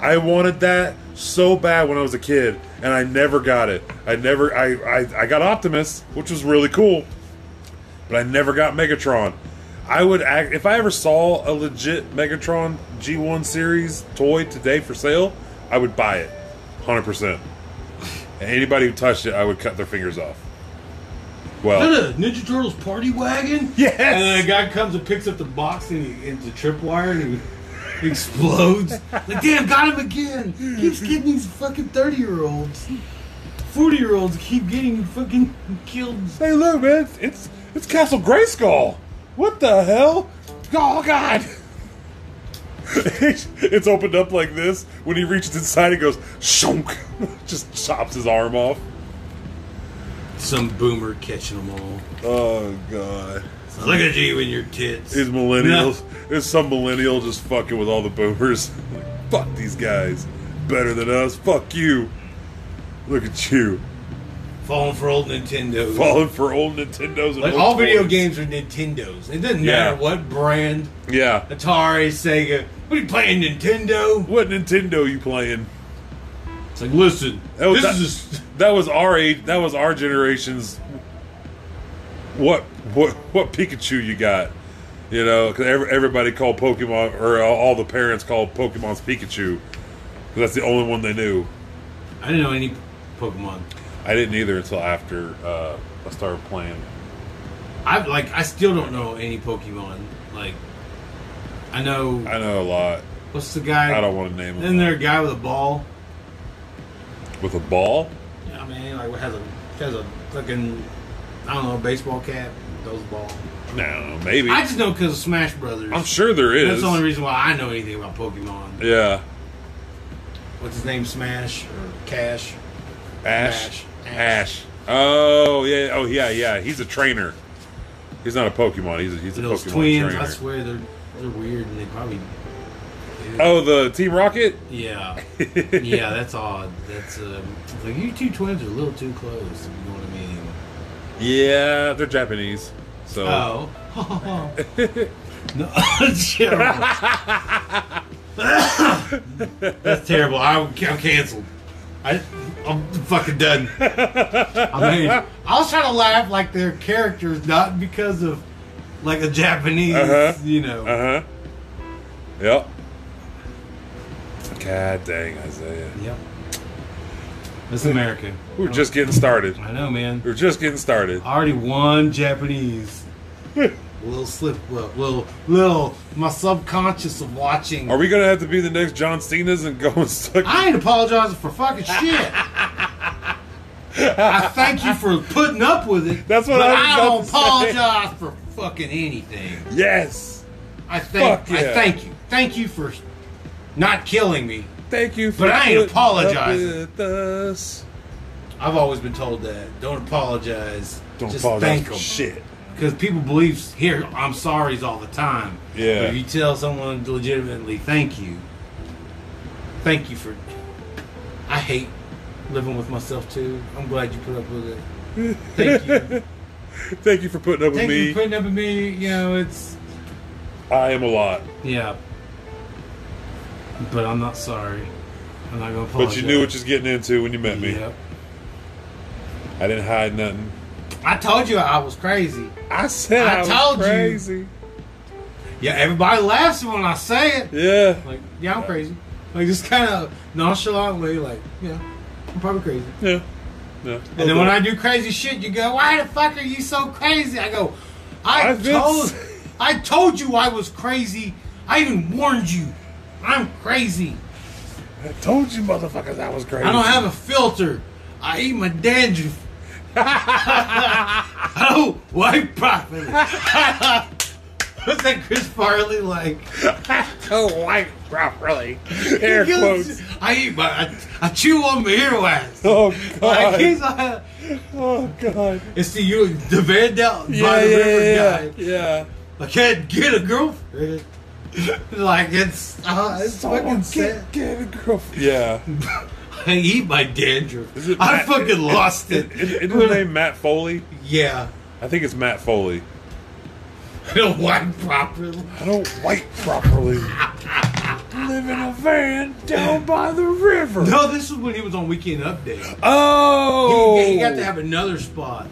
Speaker 1: I wanted that so bad when I was a kid, and I never got it. I never. I I, I got Optimus, which was really cool, but I never got Megatron. I would act if I ever saw a legit Megatron G1 series toy today for sale. I would buy it, hundred percent. And anybody who touched it, I would cut their fingers off. Well,
Speaker 2: Is that a Ninja Turtles party wagon?
Speaker 1: Yes!
Speaker 2: And then a guy comes and picks up the box and he and the tripwire and he explodes. like, damn, got him again. Keeps getting these fucking 30 year olds. 40 year olds keep getting fucking killed.
Speaker 1: hey, look, man, it's it's, it's Castle Grayskull. What the hell? Oh God! it's opened up like this. When he reaches inside, it goes shonk. Just chops his arm off.
Speaker 2: Some boomer catching them all.
Speaker 1: Oh God!
Speaker 2: Look at you and your tits.
Speaker 1: These millennials. There's some millennial just fucking with all the boomers. Like, fuck these guys. Better than us. Fuck you. Look at you.
Speaker 2: Falling for old Nintendo.
Speaker 1: Falling for old Nintendos. And
Speaker 2: like
Speaker 1: old
Speaker 2: all video
Speaker 1: toys.
Speaker 2: games are Nintendos. It doesn't
Speaker 1: Yeah.
Speaker 2: matter what brand.
Speaker 1: Yeah.
Speaker 2: Atari, Sega. What are you playing, Nintendo?
Speaker 1: What Nintendo you playing?
Speaker 2: It's like, listen,
Speaker 1: That was,
Speaker 2: this is
Speaker 1: that, that was our age. That was our generation's. What what what Pikachu you got? You know, because everybody called Pokemon, or all- all the parents called Pokemon's Pikachu. 'Cause That's the only one they knew.
Speaker 2: I didn't know any Pokemon.
Speaker 1: I didn't either until after uh, I started playing.
Speaker 2: I like. I still don't know any Pokemon. Like, I know
Speaker 1: I know a lot.
Speaker 2: what's the guy?
Speaker 1: I don't want to name
Speaker 2: Then
Speaker 1: them
Speaker 2: there a guy with a ball.
Speaker 1: with a ball.
Speaker 2: Yeah, I mean, like has a has a fucking I don't know baseball cap. Those ball.
Speaker 1: No, maybe.
Speaker 2: I just know because of Smash Brothers.
Speaker 1: I'm sure there
Speaker 2: That's
Speaker 1: is.
Speaker 2: the only reason why I know anything about Pokemon.
Speaker 1: Yeah,
Speaker 2: What's his name? Smash or Cash?
Speaker 1: Ash.
Speaker 2: Ash.
Speaker 1: Ash. Oh yeah. Oh yeah. Yeah. He's a trainer. He's not a Pokemon. He's a, he's a
Speaker 2: Those
Speaker 1: Pokemon
Speaker 2: twins.
Speaker 1: trainer.
Speaker 2: I swear they're they're weird and they probably.
Speaker 1: Oh, the Team Rocket?
Speaker 2: Yeah, yeah, that's odd. That's um, it's like you two twins are a little too close. if You know what I mean?
Speaker 1: Yeah, they're Japanese. So
Speaker 2: Oh. no, that's terrible. that's terrible. I'm, I'm canceled. I, I'm fucking done. I mean, I was trying to laugh like their characters, not because of like a Japanese,
Speaker 1: Uh-huh.
Speaker 2: you know.
Speaker 1: Uh-huh. Yep. God dang, Isaiah.
Speaker 2: Yep. It's America.
Speaker 1: We were just getting started.
Speaker 2: I know, man.
Speaker 1: We were just getting started.
Speaker 2: I already won Japanese. little slip, little, little, little, my subconscious of watching.
Speaker 1: Are we gonna have to be the next John Cena's and go and suck?
Speaker 2: I ain't apologizing for fucking shit. I thank you for putting up with it.
Speaker 1: That's what
Speaker 2: but
Speaker 1: I was about
Speaker 2: don't
Speaker 1: to say.
Speaker 2: apologize for fucking anything.
Speaker 1: Yes.
Speaker 2: I thank,
Speaker 1: Fuck yeah.
Speaker 2: I thank you, thank you for not killing me.
Speaker 1: Thank you. For
Speaker 2: But I ain't
Speaker 1: putting up
Speaker 2: apologizing.
Speaker 1: with us.
Speaker 2: I've always been told that. Don't apologize.
Speaker 1: Don't
Speaker 2: Just
Speaker 1: apologize
Speaker 2: thank
Speaker 1: for
Speaker 2: 'em.
Speaker 1: shit.
Speaker 2: Because people believe here I'm sorry's all the time.
Speaker 1: Yeah.
Speaker 2: But if you tell someone legitimately thank you, thank you for. I hate living with myself too. I'm glad you put up with it. Thank you.
Speaker 1: Thank you for putting up
Speaker 2: thank you
Speaker 1: with
Speaker 2: for
Speaker 1: me.
Speaker 2: putting up with me. You know it's
Speaker 1: I am a lot.
Speaker 2: yeah. But I'm not sorry. I'm not gonna
Speaker 1: But
Speaker 2: apologize.
Speaker 1: you knew what you was getting into when you met me.
Speaker 2: Yep.
Speaker 1: I didn't hide nothing.
Speaker 2: I told you I was crazy.
Speaker 1: I said
Speaker 2: I
Speaker 1: I, was
Speaker 2: told you.
Speaker 1: crazy.
Speaker 2: Yeah, everybody laughs when I say it.
Speaker 1: Yeah.
Speaker 2: Like, yeah, I'm crazy. Like, just kind of nonchalantly, like, you know, I'm probably crazy.
Speaker 1: Yeah. Yeah.
Speaker 2: And then when I do crazy shit, you go, "Why the fuck are you so crazy?" I go, "I
Speaker 1: I've been
Speaker 2: told,
Speaker 1: s-
Speaker 2: I told you I was crazy. I even warned you. I'm crazy.
Speaker 1: I told you motherfuckers I was crazy.
Speaker 2: I don't have a filter. I eat my dandruff. I don't wipe properly." What's that Chris Farley like?
Speaker 1: don't like properly. Air
Speaker 2: He goes,
Speaker 1: quotes.
Speaker 2: I eat my, I, I chew on my earwax.
Speaker 1: Oh god.
Speaker 2: Like he's a,
Speaker 1: oh god.
Speaker 2: it's the you the Van Del by
Speaker 1: Yeah,
Speaker 2: the
Speaker 1: yeah,
Speaker 2: river
Speaker 1: yeah,
Speaker 2: guy.
Speaker 1: yeah, yeah.
Speaker 2: I can't get a girlfriend. like it's uh, it's fucking sad.
Speaker 1: get, get a girlfriend. Yeah.
Speaker 2: I eat my dandruff.
Speaker 1: Is it
Speaker 2: I
Speaker 1: Matt-
Speaker 2: fucking lost it.
Speaker 1: Isn't his name Matt Foley?
Speaker 2: Yeah,
Speaker 1: I think it's Matt Foley.
Speaker 2: I don't wipe properly.
Speaker 1: I don't wipe properly. live in a van down by the river.
Speaker 2: No, this is when he was on Weekend Update.
Speaker 1: Oh,
Speaker 2: He, he got to have another spot,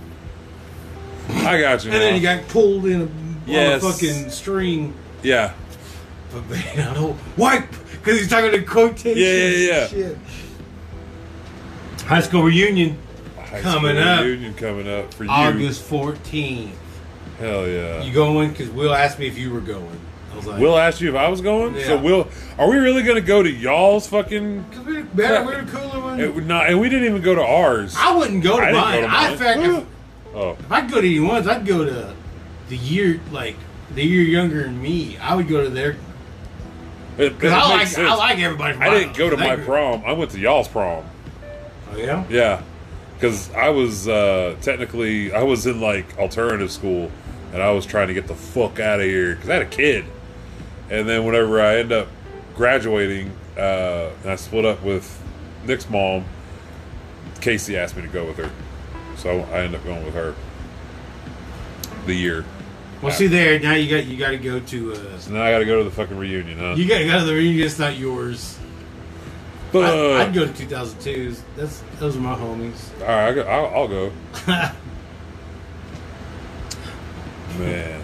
Speaker 1: I got you.
Speaker 2: and then he
Speaker 1: now.
Speaker 2: got pulled in a,
Speaker 1: Yes.
Speaker 2: on a fucking string.
Speaker 1: yeah,
Speaker 2: But man, I don't wipe because he's talking to quotations.
Speaker 1: Yeah, yeah, yeah.
Speaker 2: and Shit. High school reunion,
Speaker 1: High
Speaker 2: Coming
Speaker 1: school
Speaker 2: up.
Speaker 1: Reunion coming up for you.
Speaker 2: August fourteenth.
Speaker 1: Hell yeah.
Speaker 2: You going? Because Will asked me if you were going. I was like,
Speaker 1: Will asked you if I was going. So
Speaker 2: Yeah.
Speaker 1: Will, are we really gonna go to y'all's fucking?
Speaker 2: 'Cause we're better, we're the cooler one.
Speaker 1: It would not, and we didn't even go to ours.
Speaker 2: I wouldn't go to
Speaker 1: I
Speaker 2: mine. I in fact, if,
Speaker 1: oh,
Speaker 2: if I'd go to any ones, I'd go to the year like the year younger than me. I would go to their
Speaker 1: it, it
Speaker 2: because I like
Speaker 1: makes sense.
Speaker 2: I like everybody. From
Speaker 1: I
Speaker 2: my
Speaker 1: didn't go to
Speaker 2: that
Speaker 1: my
Speaker 2: group.
Speaker 1: prom. I went to y'all's prom.
Speaker 2: Oh yeah,
Speaker 1: Yeah, because I was uh, technically I was in like alternative school, and I was trying to get the fuck out of here because I had a kid. And then whenever I end up graduating, uh, and I split up with Nick's mom, Casey asked me to go with her, so I end up going with her. The year,
Speaker 2: well, see there now you got you got to go to uh,
Speaker 1: so now I got to go to the fucking reunion, huh?
Speaker 2: you got to go to the reunion. It's not yours.
Speaker 1: Fuck.
Speaker 2: I, I'd go to 2002s. That's those are my homies.
Speaker 1: All right, I go, I'll, I'll go. Man.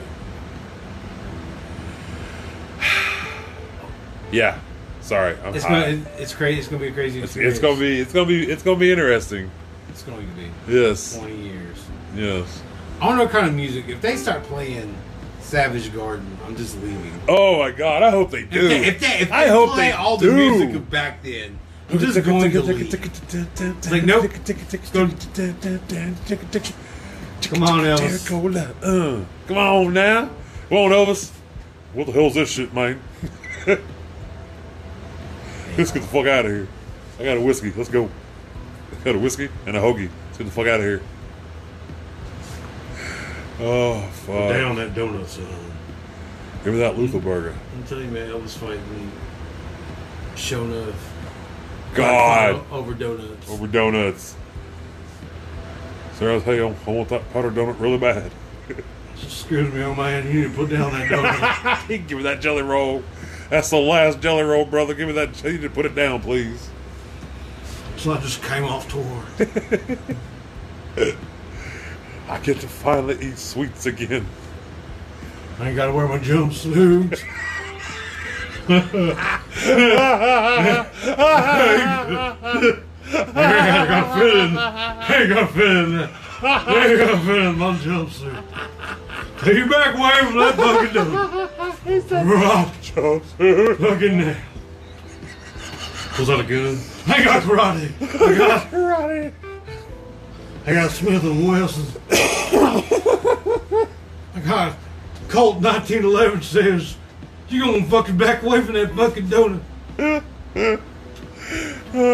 Speaker 1: yeah. Sorry, I'm
Speaker 2: It's
Speaker 1: high.
Speaker 2: gonna it's crazy. It's gonna be a crazy.
Speaker 1: Uh. It's, it's gonna be. It's gonna be. It's gonna be interesting.
Speaker 2: It's gonna be
Speaker 1: Yes.
Speaker 2: 20 years.
Speaker 1: Yes.
Speaker 2: I don't know what kind of music. If they start playing Savage Garden, I'm just leaving.
Speaker 1: Oh my God! I hope they
Speaker 2: If
Speaker 1: do.
Speaker 2: they, if they, if they
Speaker 1: I hope
Speaker 2: play
Speaker 1: they
Speaker 2: all the
Speaker 1: do.
Speaker 2: music of back then, I'm just going to leave. Like, nope. Come on, Elvis.
Speaker 1: Cola. Uh, come on now. Come on, Elvis. What the hell's this shit, man? Let's get the fuck out of here. I got a whiskey. Let's go. I got a whiskey and a hoagie. Let's get the fuck out of here. Oh, fuck.
Speaker 2: Down that donut zone.
Speaker 1: Give me that Luther burger.
Speaker 2: I'm telling you, man, Elvis fighting me. Shown up.
Speaker 1: God.
Speaker 2: Over donuts.
Speaker 1: Over donuts. Sarah, hey, I I want that powder donut really bad.
Speaker 2: Excuse me, oh man, you need to put down that donut.
Speaker 1: Give me that jelly roll. That's the last jelly roll, brother. Give me that. You need to put it down, please.
Speaker 2: so I just came off tour.
Speaker 1: I get to finally eat sweets again.
Speaker 2: I ain't got to wear my jumpsuit. I ain't got to fit in. I ain't got to fit in. I ain't got to fit in my jumpsuit. Take you back away from that fucking dude. Rob,
Speaker 1: Oh, Jumpsuit.
Speaker 2: fucking nail. Was that a gun? I got karate. I got,
Speaker 1: Karate.
Speaker 2: I got Smith and Wesson. I got Colt 1911 says, you gonna fucking back away from that fucking donut.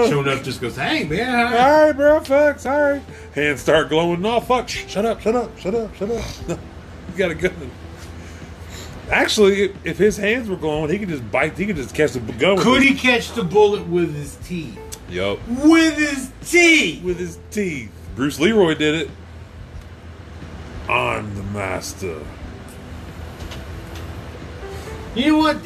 Speaker 2: Showing up just goes, hey man, I-
Speaker 1: All right, bro. Fuck. Sorry. Hands start glowing. No, fuck. Shh, Shut up. Shut up. Shut up. Shut up. No, you got a gun. Actually, if- if his hands were glowing, he could just bite. He could just catch the gun.
Speaker 2: Could he catch the bullet with his teeth?
Speaker 1: Yep.
Speaker 2: With his teeth!
Speaker 1: With his teeth. Bruce Leroy did it. I'm the master.
Speaker 2: You know what?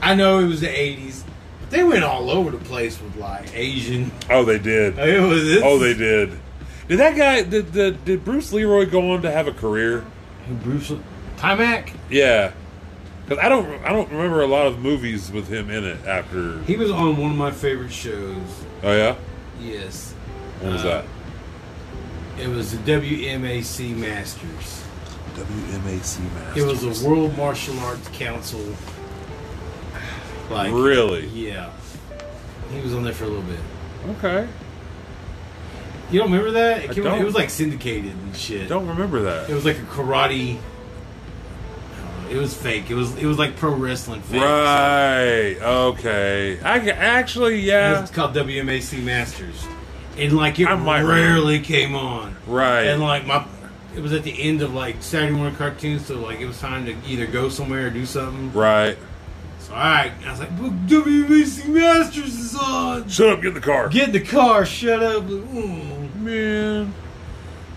Speaker 2: I know it was the 80s, but they went all over the place with like Asian.
Speaker 1: Oh, they did.
Speaker 2: It was this.
Speaker 1: Oh, they did. Did that guy? Did, did did Bruce Leroy go on to have a career?
Speaker 2: Bruce Timac.
Speaker 1: Yeah, because I don't I don't remember a lot of movies with him in it after.
Speaker 2: He was on one of my favorite shows.
Speaker 1: Oh yeah,
Speaker 2: Yes.
Speaker 1: what was
Speaker 2: Uh,
Speaker 1: that?
Speaker 2: It was the WMAC Masters.
Speaker 1: WMAC
Speaker 2: It was the World Martial Arts Council. Like
Speaker 1: Really?
Speaker 2: Yeah. He was on there for a little bit.
Speaker 1: Okay,
Speaker 2: You don't remember that? It,
Speaker 1: I
Speaker 2: came out-
Speaker 1: don't.
Speaker 2: it was like syndicated and shit.
Speaker 1: don't remember
Speaker 2: It
Speaker 1: that.
Speaker 2: was like a karate. I don't know, It was fake. It was it was like pro wrestling fake.
Speaker 1: Right. Okay. I ca- actually
Speaker 2: It
Speaker 1: yeah.
Speaker 2: was called WMAC Masters, and like it
Speaker 1: I might-
Speaker 2: rarely came on.
Speaker 1: Right.
Speaker 2: And like my, it was at the end of like Saturday morning cartoons, so like it was time to either go somewhere or do something.
Speaker 1: Right.
Speaker 2: So all right, I was like, well, WMAC Masters is on.
Speaker 1: Shut up. Get in the car.
Speaker 2: Get in the car. Shut up. Mm.
Speaker 1: Man,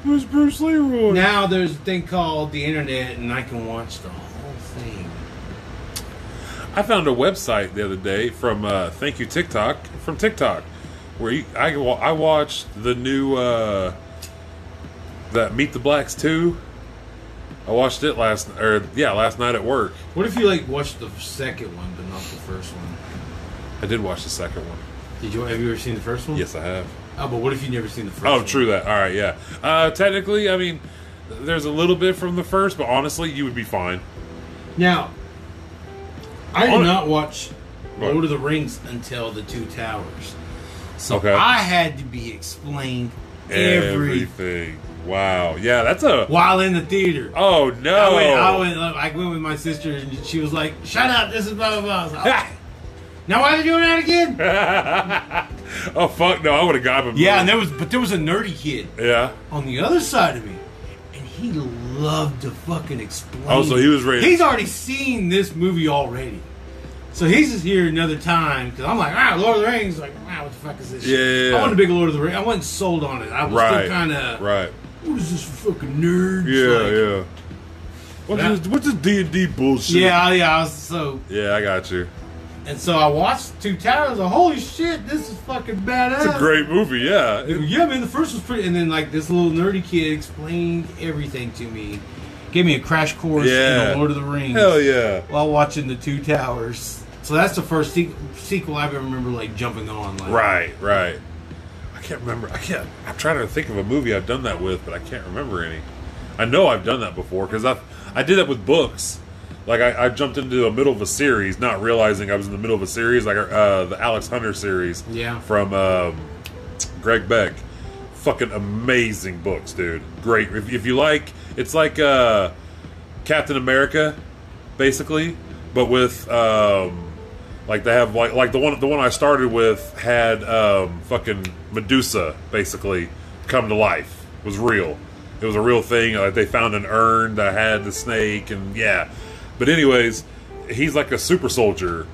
Speaker 1: who's Bruce Leroy?
Speaker 2: Now there's a thing called the internet, and I can watch the whole thing.
Speaker 1: I found a website the other day from uh, Thank You TikTok from TikTok, where you, I wa- I watched the new uh, that Meet the Blacks two. I watched it last or yeah last night at work.
Speaker 2: What if you like watched the second one but not the first one?
Speaker 1: I did watch the second one.
Speaker 2: Did you have you ever seen the first one?
Speaker 1: Yes, I have.
Speaker 2: Oh, but what if you never seen the first?
Speaker 1: Oh,
Speaker 2: one?
Speaker 1: true that. All right, yeah. Uh, technically, I mean, there's a little bit from the first, but honestly, you would be fine.
Speaker 2: Now, I did
Speaker 1: On-
Speaker 2: not watch
Speaker 1: What?
Speaker 2: Lord of the Rings until the Two Towers, so
Speaker 1: Okay.
Speaker 2: I had to be explained every
Speaker 1: Everything. Wow. Yeah, that's a.
Speaker 2: while in the theater.
Speaker 1: Oh no.
Speaker 2: I went, I went, I went with my sister, and she was like, "Shut up! This is blah blah blah." I was like, "Okay." now why are they doing that again?
Speaker 1: oh fuck no! I would have got him.
Speaker 2: yeah, and there was, but there was a nerdy kid
Speaker 1: Yeah.
Speaker 2: on the other side of me, and he loved to fucking explain.
Speaker 1: Oh, so he was ready.
Speaker 2: He's already seen this movie already, so he's just here another time. Because I'm like, ah, Lord of the Rings. Like, wow, what the fuck is this?
Speaker 1: Yeah,
Speaker 2: shit?
Speaker 1: yeah, yeah.
Speaker 2: I wasn't a big Lord of the Rings. I wasn't sold on it. I was
Speaker 1: Right.
Speaker 2: still kind of,
Speaker 1: Right.
Speaker 2: what is this for fucking nerds?
Speaker 1: Yeah.
Speaker 2: Like,
Speaker 1: yeah. What's
Speaker 2: That-
Speaker 1: this? What's this D and D bullshit?
Speaker 2: yeah, yeah. I was so
Speaker 1: Yeah, I got you.
Speaker 2: And so I watched Two Towers. Like, Holy shit, this is fucking badass.
Speaker 1: It's a great movie. Yeah. It-
Speaker 2: Yeah, man, the first was pretty. And then like this little nerdy kid explained everything to me, gave me a crash course in
Speaker 1: Yeah.
Speaker 2: the Lord of the Rings
Speaker 1: hell yeah.
Speaker 2: while watching the Two Towers. So that's the first se- sequel I ever remember like jumping on. Like,
Speaker 1: Right. Right. I can't remember. I can't. I'm trying to think of a movie I've done that with, but I can't remember any. I know I've done that before because I I did that with books. Like I, I jumped into the middle of a series, not realizing I was in the middle of a series, like uh, the Alex Hunter series.
Speaker 2: Yeah.
Speaker 1: From um, Greg Beck. Fucking amazing books, dude. Great. If, if you like, it's like uh, Captain America, basically, but with um, like they have like like the one the one I started with had um, fucking Medusa basically come to life. It was real. It was a real thing. Like they found an urn that had the snake and yeah. But anyways, he's like a super soldier.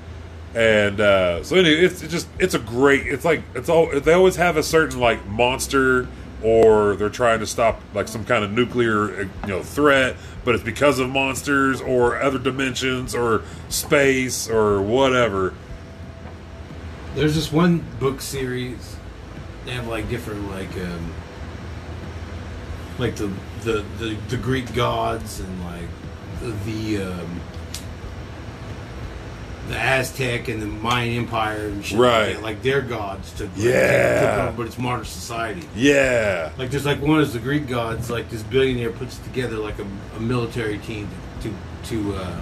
Speaker 1: And uh, so anyway, it's, it's just it's a great. It's like it's all they always have a certain like monster or they're trying to stop like some kind of nuclear uh, you know threat, but it's because of monsters or other dimensions or space or whatever.
Speaker 2: There's this one book series. They have like different like um like the the the, the Greek gods and like the, the um the Aztec and the Mayan Empire and shit
Speaker 1: Right.
Speaker 2: like, that, like their gods took like,
Speaker 1: Yeah.
Speaker 2: took over, but it's modern society.
Speaker 1: Yeah,
Speaker 2: Like there's like one is the Greek gods. Like this billionaire puts together like a, a military team to to uh,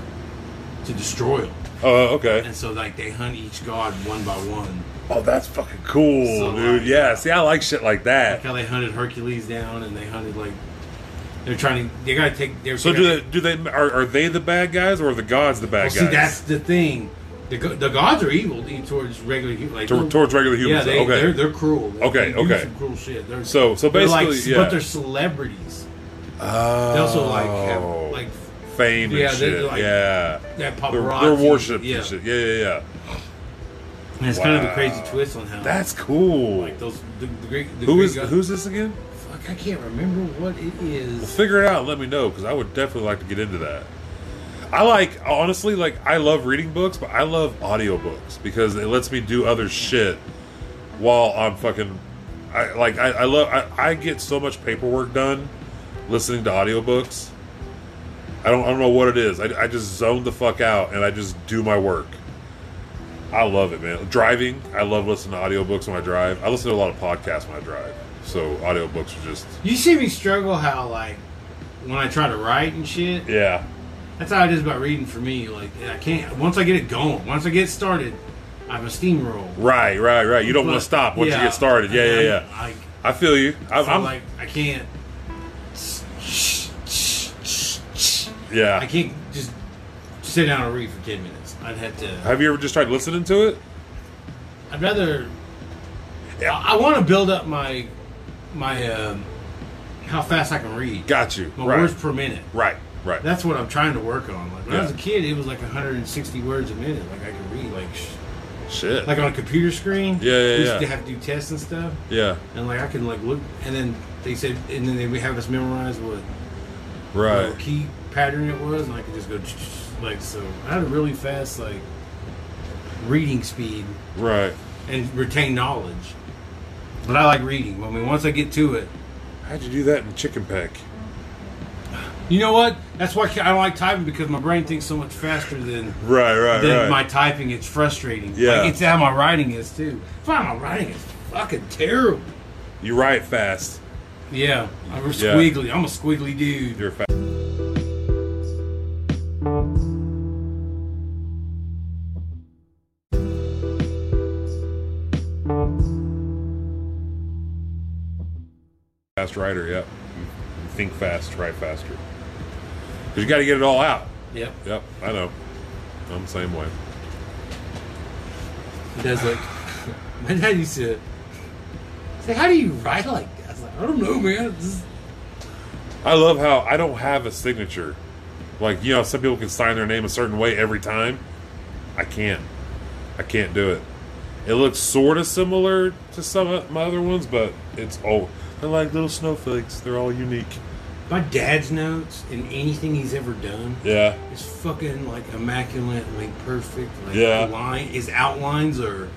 Speaker 2: to destroy them,
Speaker 1: Oh, okay.
Speaker 2: and so like they hunt each god one by one.
Speaker 1: Oh, that's fucking cool,
Speaker 2: So,
Speaker 1: dude.
Speaker 2: like-
Speaker 1: yeah, see, I like shit like
Speaker 2: Like
Speaker 1: that.
Speaker 2: how they hunted Hercules down, and they hunted like they're trying to. They gotta take. They're,
Speaker 1: So
Speaker 2: they
Speaker 1: do
Speaker 2: gotta-
Speaker 1: they? Do they? Are, are they the bad guys or are the gods the bad
Speaker 2: Well,
Speaker 1: guys?
Speaker 2: see, that's the thing. The, go- the gods are evil e- towards regular hu- like
Speaker 1: Tor- towards regular
Speaker 2: yeah
Speaker 1: humans.
Speaker 2: they
Speaker 1: okay.
Speaker 2: they're, they're cruel They-
Speaker 1: Okay,
Speaker 2: they do
Speaker 1: okay.
Speaker 2: some cruel shit they're,
Speaker 1: So- so
Speaker 2: they're, like,
Speaker 1: basically, yeah.
Speaker 2: but they're celebrities
Speaker 1: oh.
Speaker 2: they also like have like
Speaker 1: fame and
Speaker 2: Yeah, they-
Speaker 1: shit.
Speaker 2: like-
Speaker 1: yeah.
Speaker 2: that
Speaker 1: Oh. They're,
Speaker 2: paparazzi
Speaker 1: they're worshipped
Speaker 2: yeah
Speaker 1: and shit. Yeah, yeah, yeah.
Speaker 2: And it's kind of a
Speaker 1: Wow.
Speaker 2: crazy twist on how
Speaker 1: That's cool.
Speaker 2: like those the, the Greek. The
Speaker 1: Who
Speaker 2: Greek
Speaker 1: is
Speaker 2: god-
Speaker 1: who's this again?
Speaker 2: Fuck, I can't remember what it is.
Speaker 1: Figure it out. and Let me know because I would definitely like to get into that. I like honestly, like I love reading books, but I love audiobooks because it lets me do other shit while I'm fucking. I like I, I love I, I get so much paperwork done listening to audiobooks. I don't I don't know what it is. I, I just zone the fuck out and I just do my work. I love it, man. Driving, I love listening to audiobooks when I drive. I listen to a lot of podcasts when I drive. So audiobooks are just
Speaker 2: You see me struggle how like when I try to write and shit.
Speaker 1: yeah.
Speaker 2: That's how it is about reading for me. Like I can't once I get it going, once I get started, I'm a steamroll.
Speaker 1: Right, right, right. You don't want
Speaker 2: But-
Speaker 1: to stop once
Speaker 2: yeah,
Speaker 1: you get started. Yeah, yeah,
Speaker 2: I'm-
Speaker 1: yeah.
Speaker 2: Like
Speaker 1: I feel you. I'm,
Speaker 2: so,
Speaker 1: I'm
Speaker 2: like I can't. I
Speaker 1: yeah.
Speaker 2: can't just sit down and read for ten minutes. I'd have to.
Speaker 1: Have you ever just tried listening to it?
Speaker 2: I'd rather.
Speaker 1: Yeah.
Speaker 2: I, I want to build up my my um, how fast I can read.
Speaker 1: Got you.
Speaker 2: my
Speaker 1: right.
Speaker 2: words per minute.
Speaker 1: right, right.
Speaker 2: That's what I'm trying to work on. Like when I was a
Speaker 1: Yeah.
Speaker 2: kid, it was like 160 words a minute. Like I could read like sh-
Speaker 1: Shit.
Speaker 2: like on a computer screen.
Speaker 1: Yeah, yeah,
Speaker 2: We used
Speaker 1: yeah.
Speaker 2: to have to do tests and stuff,
Speaker 1: yeah.
Speaker 2: and like I can like look, and then they said, and then they would have us memorize what
Speaker 1: Right.
Speaker 2: what key pattern it was, and I could just go like so. I had a really fast like reading speed
Speaker 1: Right.
Speaker 2: and retain knowledge. But I like reading. I mean, once I get to it,
Speaker 1: How'd you do that in chicken peck?
Speaker 2: you know what? That's why I don't like typing because my brain thinks so much faster than
Speaker 1: Right, right,
Speaker 2: than
Speaker 1: right.
Speaker 2: my typing. It's frustrating.
Speaker 1: Yeah.
Speaker 2: like, it's how my writing is too. Fine, my writing is fucking terrible.
Speaker 1: you write fast.
Speaker 2: Yeah, I'm a
Speaker 1: Yeah.
Speaker 2: squiggly. I'm a squiggly dude.
Speaker 1: You're fast. Fast writer, yeah. You Think fast, write faster. Because you got to get it all out.
Speaker 2: Yep.
Speaker 1: Yep, I know. I'm the same way.
Speaker 2: My dad's like, my dad used to say, "How do you write like that?" I was like, "I don't know, man." It's just-
Speaker 1: I love how I don't have a signature. Like, you know, some people can sign their name a certain way every time. I can't. I can't do it. It looks sort of similar to some of my other ones, but it's all. They're like little snowflakes. They're all unique.
Speaker 2: my dad's notes and anything he's ever done
Speaker 1: Yeah.
Speaker 2: is fucking like immaculate, like perfect. Like
Speaker 1: Yeah.
Speaker 2: the line his outlines are.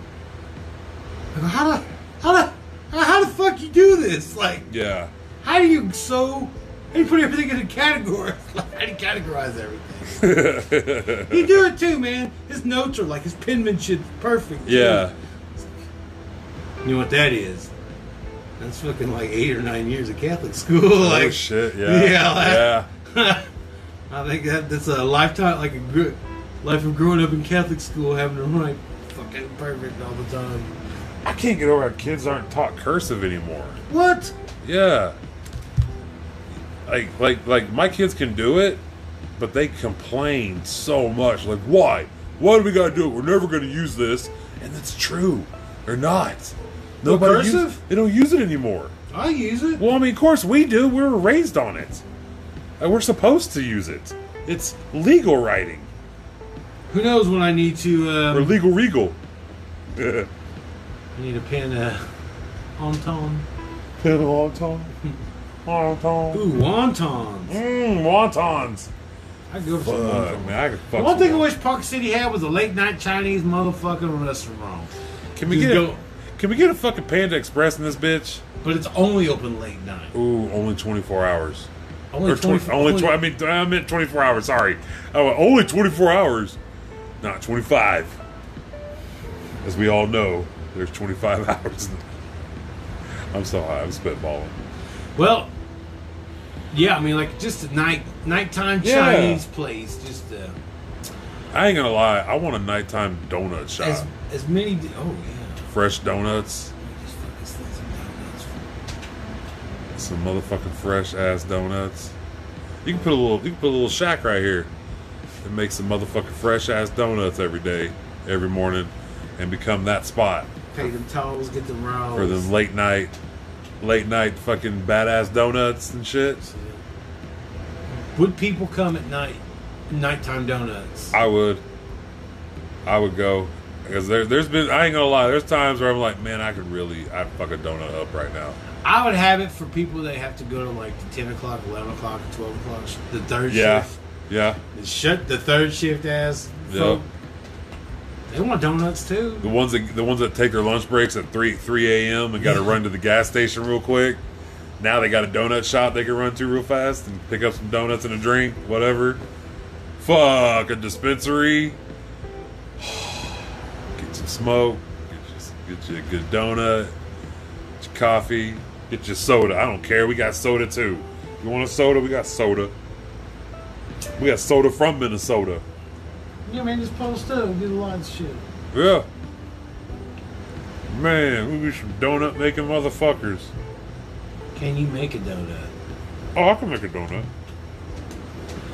Speaker 2: I go, How do how do how- how the fuck you do this? Like,
Speaker 1: Yeah.
Speaker 2: how do you so? How do you put everything in a category? Like, how do you categorize everything? You do it too, man. His notes are like his penmanship's perfect. too.
Speaker 1: yeah.
Speaker 2: You know what that is? That's fucking like eight or nine years of Catholic school. Like,
Speaker 1: oh, shit. Yeah.
Speaker 2: Yeah, like-
Speaker 1: yeah.
Speaker 2: I think that, that's a lifetime, like a good life of growing up in Catholic school, having to write fucking perfect all the time.
Speaker 1: I can't get over how kids aren't taught cursive anymore.
Speaker 2: What?
Speaker 1: Yeah. Like like like my kids can do it, but they complain so much. Like why? Why do we gotta do it? We're never gonna use this. And that's true. They're not. Nobody use-
Speaker 2: cursive?
Speaker 1: they don't use it anymore.
Speaker 2: I use it.
Speaker 1: Well, I mean, of course we do. We were raised on it. And we're supposed to use it. It's legal writing
Speaker 2: Who knows when I need to?
Speaker 1: or
Speaker 2: Um,
Speaker 1: legal regal.
Speaker 2: I need a pen. Uh, wonton.
Speaker 1: Wonton. Wonton.
Speaker 2: Ooh, wontons.
Speaker 1: Mmm, wontons.
Speaker 2: I go for some
Speaker 1: Fuck,
Speaker 2: wontons.
Speaker 1: man, I could fuck
Speaker 2: One thing I
Speaker 1: some
Speaker 2: wish Park City had was a late night Chinese motherfucking restaurant.
Speaker 1: Can we
Speaker 2: Just
Speaker 1: get a,
Speaker 2: go-
Speaker 1: Can we get a fucking Panda Express in this bitch?
Speaker 2: But it's only open late night.
Speaker 1: Ooh, only 24 hours.
Speaker 2: Only
Speaker 1: or 20,
Speaker 2: 24
Speaker 1: only, tw- I mean, I meant 24 hours. Sorry, oh, only 24 hours, not 25. As we all know, there's 25 hours. I'm so high. I'm spitballing.
Speaker 2: Well, yeah, I mean, like just a night nighttime
Speaker 1: Yeah.
Speaker 2: Chinese place, just uh,
Speaker 1: I ain't gonna lie. I want a nighttime donut shop.
Speaker 2: as as many. d- Oh yeah,
Speaker 1: Fresh donuts,
Speaker 2: Just fuck this thing some donuts.
Speaker 1: some motherfucking fresh ass donuts. You can put a little. You can put a little shack right here, and make some motherfucking fresh ass donuts every day, every morning, and become that spot.
Speaker 2: Pay them tolls, get them rolls.
Speaker 1: for them late night, late night fucking badass donuts and shit.
Speaker 2: Would people come at night? Nighttime donuts.
Speaker 1: I would, I would go because there, there's been I ain't gonna lie. There's times where I'm like, man, I could really I'd fuck a donut up right now.
Speaker 2: I would have it for people that have to go to like the ten o'clock, eleven o'clock, twelve o'clock, sh- the third
Speaker 1: Yeah,
Speaker 2: shift.
Speaker 1: yeah.
Speaker 2: The shut the third shift ass.
Speaker 1: Yeah.
Speaker 2: Folk. They want donuts too.
Speaker 1: The ones that the ones that take their lunch breaks at three three a.m. and got to run to the gas station real quick. Now they got a donut shop they can run to real fast and pick up some donuts and a drink, whatever. Fuck a dispensary. Get some smoke. Get you, get you a good donut. Get your coffee. Get your soda. I don't care. We got soda too. You want a soda? We got soda. We got soda from Minnesota.
Speaker 2: Yeah, man, just post up, and get a lot of shit.
Speaker 1: Yeah. Man, we be some donut making motherfuckers.
Speaker 2: Can you make a donut?
Speaker 1: Oh, I can make a donut.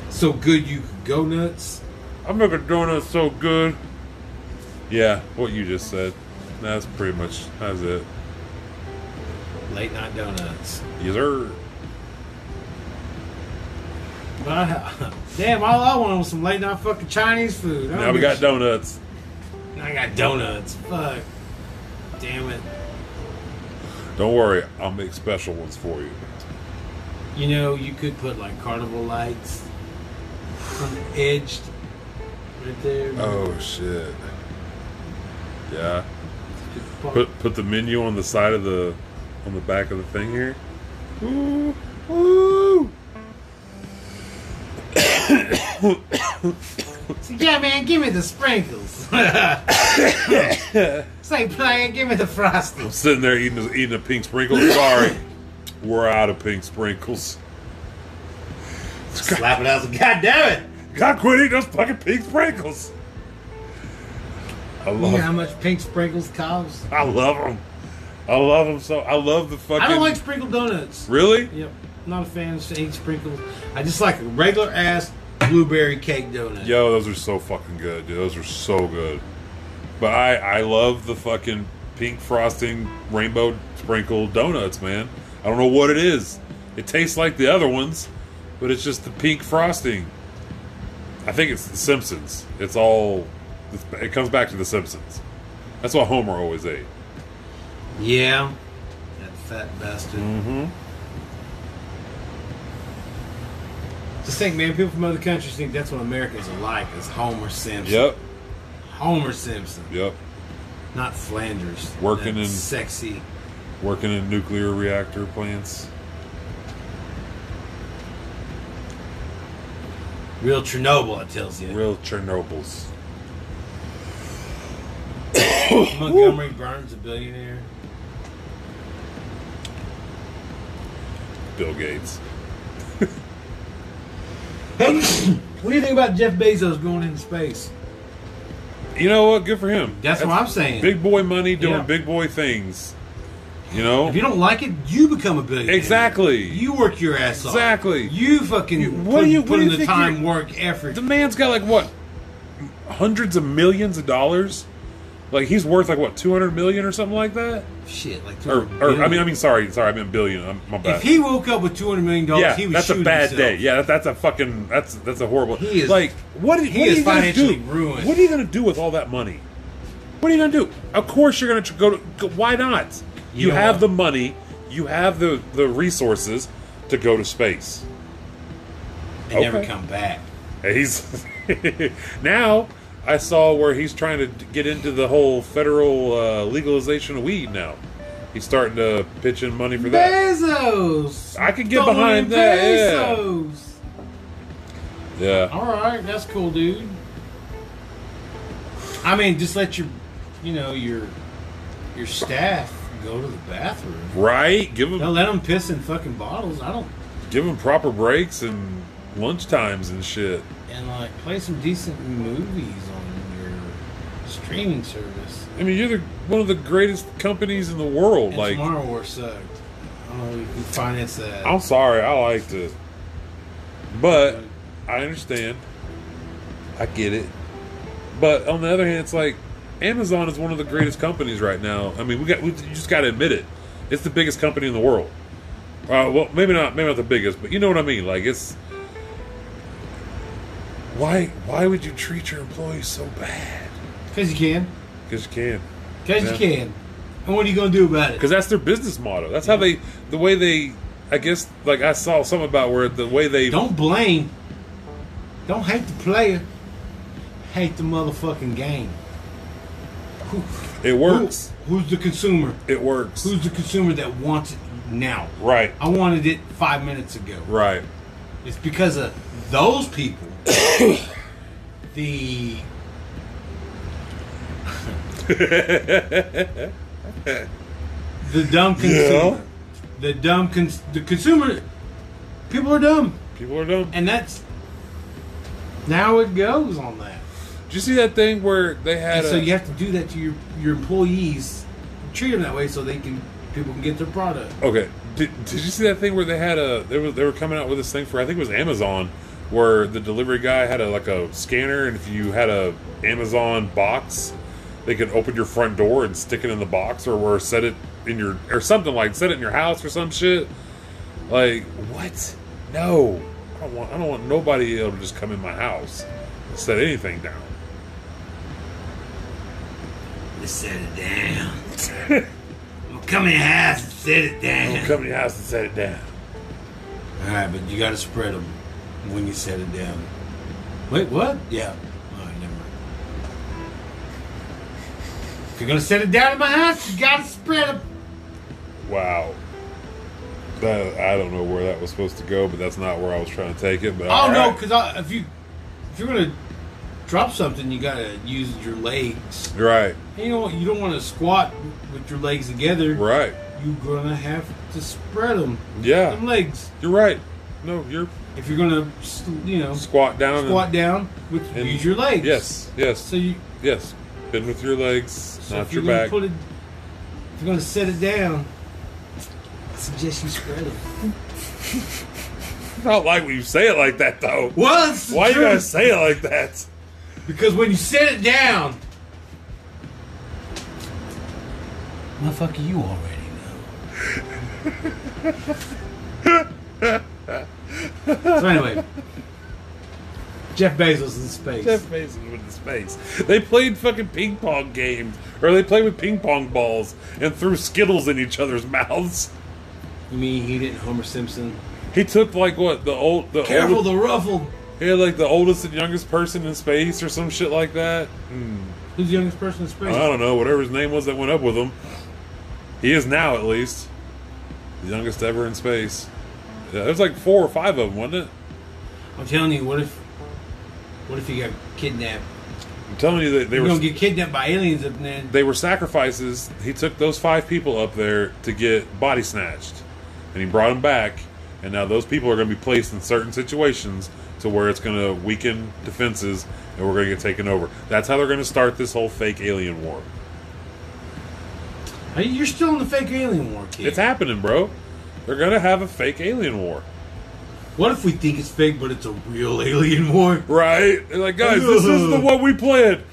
Speaker 2: so good you could go nuts.
Speaker 1: I make a donut so good. Yeah, what you just said. That's pretty much that's it.
Speaker 2: Late night donuts.
Speaker 1: Yes, sir.
Speaker 2: But I, damn, all I wanted was some late night fucking Chinese food. I don't
Speaker 1: Now we
Speaker 2: give a
Speaker 1: got
Speaker 2: shit.
Speaker 1: donuts.
Speaker 2: Now I got donuts. Fuck. Damn it.
Speaker 1: Don't worry, I'll make special ones for you.
Speaker 2: You know you could put like carnival lights on the edge, right there.
Speaker 1: Oh shit. Yeah.
Speaker 2: Fuck.
Speaker 1: Put put the menu on the side of the on the back of the thing here. Ooh, ooh.
Speaker 2: Yeah, man, give me the sprinkles. it's like playing, give me the frosties.
Speaker 1: Sitting there eating eating a pink sprinkle. Sorry, we're out of pink sprinkles.
Speaker 2: Slap it out. God damn it!
Speaker 1: God, quit eating those fucking pink sprinkles. I
Speaker 2: You
Speaker 1: love,
Speaker 2: know how much pink sprinkles cost?
Speaker 1: I love them. I love them so. I love the fucking.
Speaker 2: I don't like sprinkled donuts.
Speaker 1: Really?
Speaker 2: Yep, not a fan of egg sprinkles. I just like a regular ass blueberry cake donut.
Speaker 1: Yo, those are so fucking good, dude. Those are so good. But I, I love the fucking pink frosting, rainbow sprinkled donuts, man. I don't know what it is. It tastes like the other ones, but it's just the pink frosting. I think it's The Simpsons. It's all. It's, it comes back to The Simpsons. That's what Homer always ate.
Speaker 2: Yeah. That fat bastard.
Speaker 1: Mm-hmm.
Speaker 2: Just think, man, people from other countries think that's what Americans are like is Homer Simpson.
Speaker 1: Yep.
Speaker 2: Homer Simpson.
Speaker 1: Yep.
Speaker 2: Not Flanders.
Speaker 1: Working
Speaker 2: That
Speaker 1: in-
Speaker 2: sexy.
Speaker 1: Working in nuclear reactor plants.
Speaker 2: Real Chernobyl, it tells you.
Speaker 1: Real Chernobyls.
Speaker 2: Montgomery Burns, a billionaire.
Speaker 1: Bill Gates.
Speaker 2: What do you think about Jeff Bezos going into space?
Speaker 1: You know what? Good for him.
Speaker 2: That's, what I'm saying.
Speaker 1: big boy money doing
Speaker 2: Yeah.
Speaker 1: big boy things. You know?
Speaker 2: if you don't like it, you become a billionaire.
Speaker 1: exactly.
Speaker 2: You work your ass off.
Speaker 1: Exactly.
Speaker 2: You fucking
Speaker 1: You- what
Speaker 2: put,
Speaker 1: do you-
Speaker 2: put
Speaker 1: what do you
Speaker 2: in the
Speaker 1: think
Speaker 2: time,
Speaker 1: you-
Speaker 2: work, effort.
Speaker 1: the man's got like what? Hundreds of millions of dollars? Like he's worth like what, 200 million or something like that?
Speaker 2: Shit, like
Speaker 1: Or, or I mean I mean sorry, sorry, I meant billion. I'm, my bad.
Speaker 2: if he woke up with two hundred million dollars,
Speaker 1: yeah,
Speaker 2: Oh, he was
Speaker 1: that's a
Speaker 2: shooting
Speaker 1: bad
Speaker 2: himself.
Speaker 1: day. Yeah, that, that's a fucking that's that's a horrible.
Speaker 2: He is-
Speaker 1: like what?
Speaker 2: he
Speaker 1: what are
Speaker 2: is
Speaker 1: you gonna
Speaker 2: financially
Speaker 1: do?
Speaker 2: ruined.
Speaker 1: What are you gonna do with all that money? What are you gonna do? Of course, you're gonna tr- go to. Go, why not? You,
Speaker 2: know
Speaker 1: have
Speaker 2: what?
Speaker 1: the money. You have the the resources to go to space.
Speaker 2: and never
Speaker 1: Okay.
Speaker 2: come back.
Speaker 1: And He's now. I saw where he's trying to d- get into the whole federal uh, legalization of weed. Now he's starting to pitch in money for that.
Speaker 2: Bezos.
Speaker 1: I could get
Speaker 2: Tony
Speaker 1: behind that, yeah.
Speaker 2: Bezos.
Speaker 1: Yeah.
Speaker 2: All right, that's cool, dude. I mean, just let your, you know, your your staff go to the bathroom.
Speaker 1: Right. Give him
Speaker 2: Don't let them piss in fucking bottles. I don't.
Speaker 1: give them proper breaks and lunch times and shit.
Speaker 2: And like, play some decent movies on your streaming service.
Speaker 1: I mean, you're the, one of the greatest companies in the world.
Speaker 2: And
Speaker 1: like,
Speaker 2: Tomorrow War sucked. I don't know if you can finance that.
Speaker 1: I'm sorry, I liked it, but I understand. I get it, but on the other hand, it's like Amazon is one of the greatest companies right now. I mean, we got we you just got to admit it. It's the biggest company in the world. Uh, well, maybe not, maybe not the biggest, but you know what I mean. Like, it's why why would you treat your employees so bad?
Speaker 2: Because you can.
Speaker 1: Because you can.
Speaker 2: Because
Speaker 1: Yeah.
Speaker 2: you can. And what are you going to do about it?
Speaker 1: because that's their business motto. That's how they, the way they, I guess, like I saw something about where the way they,
Speaker 2: Don't blame. Don't hate the player. Hate the motherfucking game. Who-
Speaker 1: it works.
Speaker 2: who- who's the consumer?
Speaker 1: It works.
Speaker 2: Who's the consumer that wants it now?
Speaker 1: Right,
Speaker 2: I wanted it five minutes ago.
Speaker 1: right,
Speaker 2: It's because of those people. the the dumb consumer. The dumb cons- the consumer. People are dumb,
Speaker 1: people are dumb.
Speaker 2: and that's now it goes on that.
Speaker 1: Did you see that thing where they had?
Speaker 2: And so
Speaker 1: a,
Speaker 2: you have to do that to your your employees. Treat them that way so they can people can get their product.
Speaker 1: Okay. Did, did you see that thing where they had a they were they were coming out with this thing for I think it was Amazon where the delivery guy had a like a scanner and if you had a Amazon box they could open your front door and stick it in the box or or set it in your or something like set it in your house or some shit. Like what? No. I don't want I don't want nobody able to just come in my house and set anything down.
Speaker 2: Let's set it down. Well, come in your house and set
Speaker 1: Don't
Speaker 2: it down.
Speaker 1: come to your house and set it down.
Speaker 2: All right, but you got to spread them when you set it down. Wait, what? Yeah. All right, never mind. If you're gonna set it down in my house, you gotta spread them.
Speaker 1: Wow. That, I don't know where that was supposed to go, but that's not where I was trying to take it. But
Speaker 2: Oh
Speaker 1: all
Speaker 2: no,
Speaker 1: right.
Speaker 2: because if you if you're gonna drop something, you gotta use your legs.
Speaker 1: You're right,
Speaker 2: You know you don't want to squat with your legs together.
Speaker 1: right,
Speaker 2: You're gonna have to spread them. Them
Speaker 1: yeah,
Speaker 2: legs.
Speaker 1: you're right. No, you're
Speaker 2: If you're gonna s- you know
Speaker 1: squat down.
Speaker 2: squat down, with,
Speaker 1: and-
Speaker 2: use your legs.
Speaker 1: Yes, yes,
Speaker 2: So you
Speaker 1: yes. Bend with your legs,
Speaker 2: so
Speaker 1: not
Speaker 2: if you're
Speaker 1: your
Speaker 2: gonna
Speaker 1: back.
Speaker 2: put it, if you're gonna set it down, I suggest you spread it.
Speaker 1: I don't like when you say it like that, though.
Speaker 2: Well, it's the
Speaker 1: Why you
Speaker 2: truth.
Speaker 1: gotta say it like that?
Speaker 2: Because when you set it down, motherfucker, you already know. so anyway, Jeff Bezos in space.
Speaker 1: Jeff Bezos with his face. They played fucking ping pong games, or they played with ping pong balls and threw Skittles in each other's mouths.
Speaker 2: You mean he didn't Homer Simpson?
Speaker 1: He took like what the old the
Speaker 2: Careful,
Speaker 1: oldest,
Speaker 2: the ruffle.
Speaker 1: he had like the oldest and youngest person in space or some shit like that.
Speaker 2: Who's the youngest person in space?
Speaker 1: I don't know whatever his name was that went up with him. He is now at least the youngest ever in space. Yeah, There's like four or five of them, wasn't it?
Speaker 2: I'm telling you, what if, what if he got kidnapped?
Speaker 1: I'm telling you that they
Speaker 2: You're
Speaker 1: were
Speaker 2: gonna get kidnapped by aliens up there.
Speaker 1: they were sacrifices. He took those five people up there to get body snatched, and he brought them back. And now those people are going to be placed in certain situations to where it's going to weaken defenses, and we're going to get taken over. That's how they're going to start this whole fake alien war.
Speaker 2: Hey, You're still in the fake alien war, kid.
Speaker 1: It's happening, bro. They're going to have a fake alien war,
Speaker 2: What if we think it's fake, but it's a real alien war?
Speaker 1: right? They're like, guys, this isn't the what we planned.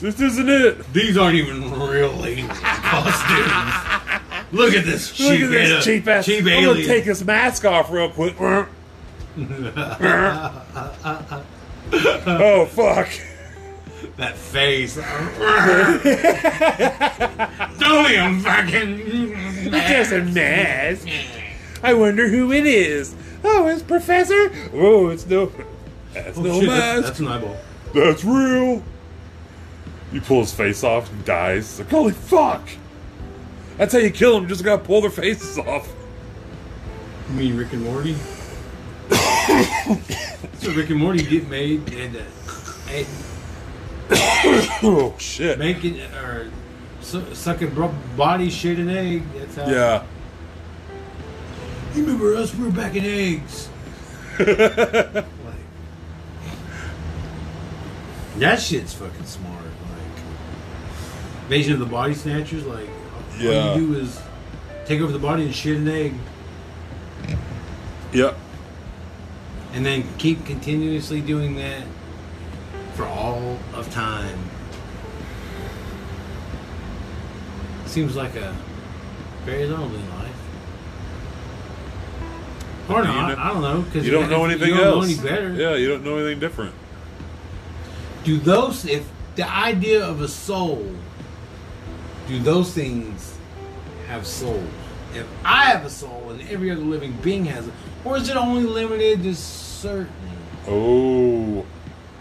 Speaker 1: This isn't it.
Speaker 2: These aren't even real alien costumes. Look at this
Speaker 1: Look
Speaker 2: cheap,
Speaker 1: at this cheap ass.
Speaker 2: cheap
Speaker 1: I'm gonna
Speaker 2: alien.
Speaker 1: take his mask off real quick. oh Oh, fuck!
Speaker 2: that face. Don't even fucking.
Speaker 1: Just a mask. I wonder who it is. Oh, it's Professor. Oh, it's no. That's
Speaker 2: Oh,
Speaker 1: no
Speaker 2: shit, that's,
Speaker 1: mask.
Speaker 2: that's an eyeball.
Speaker 1: That's, real. You pull his face off and dies. It's like holy fuck! That's how you kill them. Just gotta pull their faces off.
Speaker 2: You mean Rick and Morty? so Rick and Morty get made and uh, and
Speaker 1: Oh shit!
Speaker 2: make it or su- suck a bro- body, shit an egg. That's how.
Speaker 1: Yeah.
Speaker 2: You remember us? We were back in eggs. like, that shit's fucking smart. Like Invasion of the Body Snatchers. Like
Speaker 1: Yeah.
Speaker 2: all you do is take over the body and shit an egg,
Speaker 1: Yep.
Speaker 2: and then keep continuously doing that for all of time. Seems like a very lonely life. Or
Speaker 1: You
Speaker 2: not?
Speaker 1: know-
Speaker 2: I don't know because
Speaker 1: You don't know anything
Speaker 2: you don't
Speaker 1: else.
Speaker 2: Know any better?
Speaker 1: Yeah, you don't know anything different.
Speaker 2: Do those if the idea of a soul do those things have souls? If I have a soul and every other living being has it, or is it only limited to certain
Speaker 1: Oh,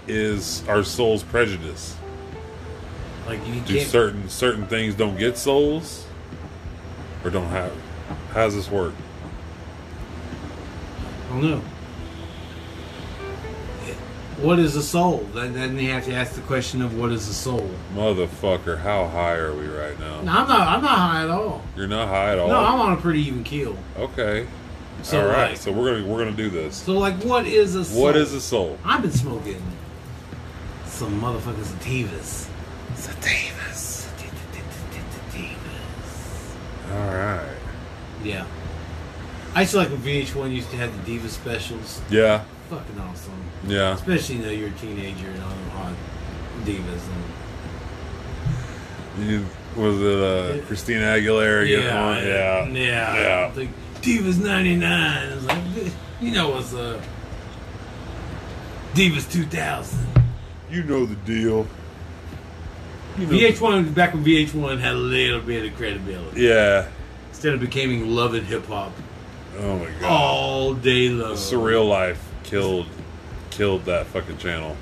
Speaker 1: is our souls prejudice?
Speaker 2: like you
Speaker 1: Do
Speaker 2: can't
Speaker 1: certain certain things don't get souls, or don't have? How's this work?
Speaker 2: I don't know. What is a soul? Then then you have to ask the question of what is a soul?
Speaker 1: Motherfucker, how high are we right now?
Speaker 2: No, I'm not I'm not high at all.
Speaker 1: You're not high at all.
Speaker 2: No, I'm on a pretty even keel.
Speaker 1: okay.
Speaker 2: So,
Speaker 1: all right.
Speaker 2: like-
Speaker 1: so we're gonna we're gonna do this.
Speaker 2: So like what is a soul?
Speaker 1: What is a soul?
Speaker 2: I've been smoking some motherfucking sativas.
Speaker 1: Sativas. All right.
Speaker 2: Yeah. I used to like when VH1 used to have the Diva specials.
Speaker 1: Yeah.
Speaker 2: Fucking awesome.
Speaker 1: Yeah.
Speaker 2: Especially, you know, you're a teenager and all them hot divas. And
Speaker 1: You, was it uh, Christina Aguilera? getting on?
Speaker 2: yeah.
Speaker 1: Yeah.
Speaker 2: Yeah.
Speaker 1: Yeah.
Speaker 2: Like, Divas 99. It was like, you know what's up. Divas 2000.
Speaker 1: You know the deal. You know
Speaker 2: VH1, back when VH1 had a little bit of credibility.
Speaker 1: Yeah.
Speaker 2: Instead of becoming love and hip hop
Speaker 1: Oh my god.
Speaker 2: all day long.
Speaker 1: Surreal Life killed killed that fucking channel.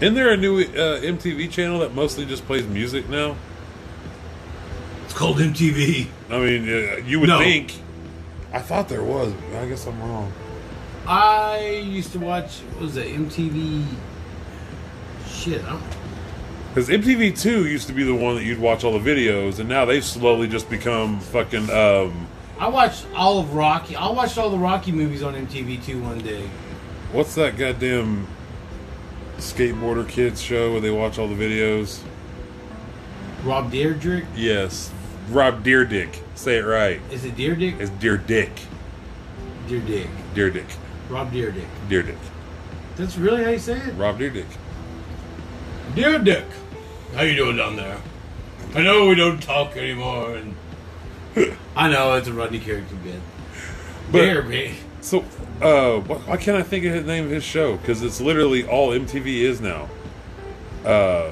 Speaker 1: Isn't there a new uh, MTV channel that mostly just plays music now?
Speaker 2: It's called MTV.
Speaker 1: I mean, uh, you would
Speaker 2: No.
Speaker 1: think. I thought there was. But I guess I'm wrong.
Speaker 2: I used to watch what was that MTV? Shit, I don't.
Speaker 1: Because MTV Two used to be the one that you'd watch all the videos, and now they've slowly just become fucking. Um,
Speaker 2: I watched all of Rocky. I watched all the Rocky movies on MTV too one day.
Speaker 1: what's that goddamn skateboarder kids show where they watch all the videos?
Speaker 2: Rob Deerdrick.
Speaker 1: Yes, Rob Deerdick. Say it right.
Speaker 2: Is it Deerdick?
Speaker 1: It's Deerdick.
Speaker 2: Deerdick.
Speaker 1: Deerdick.
Speaker 2: Rob Deerdick.
Speaker 1: Deerdick.
Speaker 2: That's really how you say it?
Speaker 1: Rob Deerdick.
Speaker 2: Dear Dick, how you doing down there? I know we don't talk anymore, and I know it's a Rodney character bit.
Speaker 1: But-
Speaker 2: Dear me,
Speaker 1: So, uh, wh- why can't I think of the name of his show? Because it's literally all MTV is now. Uh,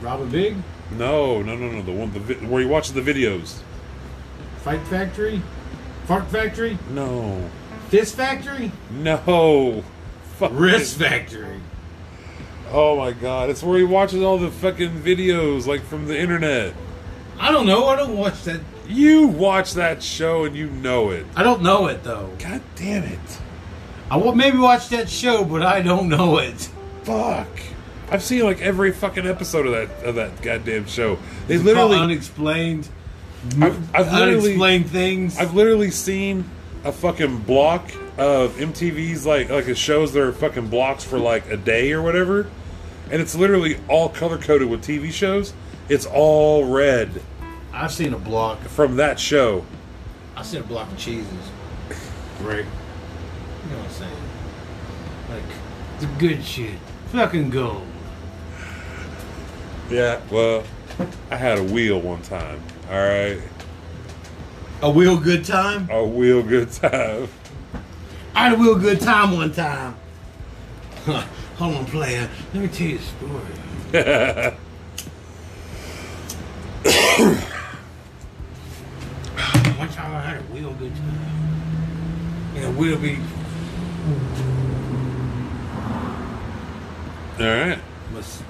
Speaker 2: Robin Big,
Speaker 1: no, no, no, no. The one the vi- where he watches the videos.
Speaker 2: Fight Factory, Fart Factory,
Speaker 1: No,
Speaker 2: Fist Factory,
Speaker 1: no. Fuck
Speaker 2: Wrist
Speaker 1: it.
Speaker 2: Factory.
Speaker 1: Oh my god! It's where he watches all the fucking videos, like from the internet.
Speaker 2: I don't know. I don't watch that.
Speaker 1: You watch that show and you know it.
Speaker 2: I don't know it though.
Speaker 1: God damn it!
Speaker 2: I will maybe watch that show, but I don't know it.
Speaker 1: Fuck! I've seen like every fucking episode of that of that goddamn show. They
Speaker 2: It's
Speaker 1: literally
Speaker 2: called unexplained,
Speaker 1: I've, I've literally
Speaker 2: unexplained things.
Speaker 1: I've literally seen a fucking block of MTV's like like it shows their fucking blocks for like a day or whatever, and it's literally all color coded with TV shows. It's all red
Speaker 2: I've seen a block.
Speaker 1: from that show.
Speaker 2: I said a block of cheeses. Right. You know what I'm saying? Like the good shit. Fucking gold.
Speaker 1: Yeah. Well, I had a wheel one time. All right,
Speaker 2: A real good time?
Speaker 1: a wheel good time.
Speaker 2: I had a real good time one time. Huh, Hold on, player. Let me tell you a story. one time I had a real good time. And it will be
Speaker 1: All right.
Speaker 2: must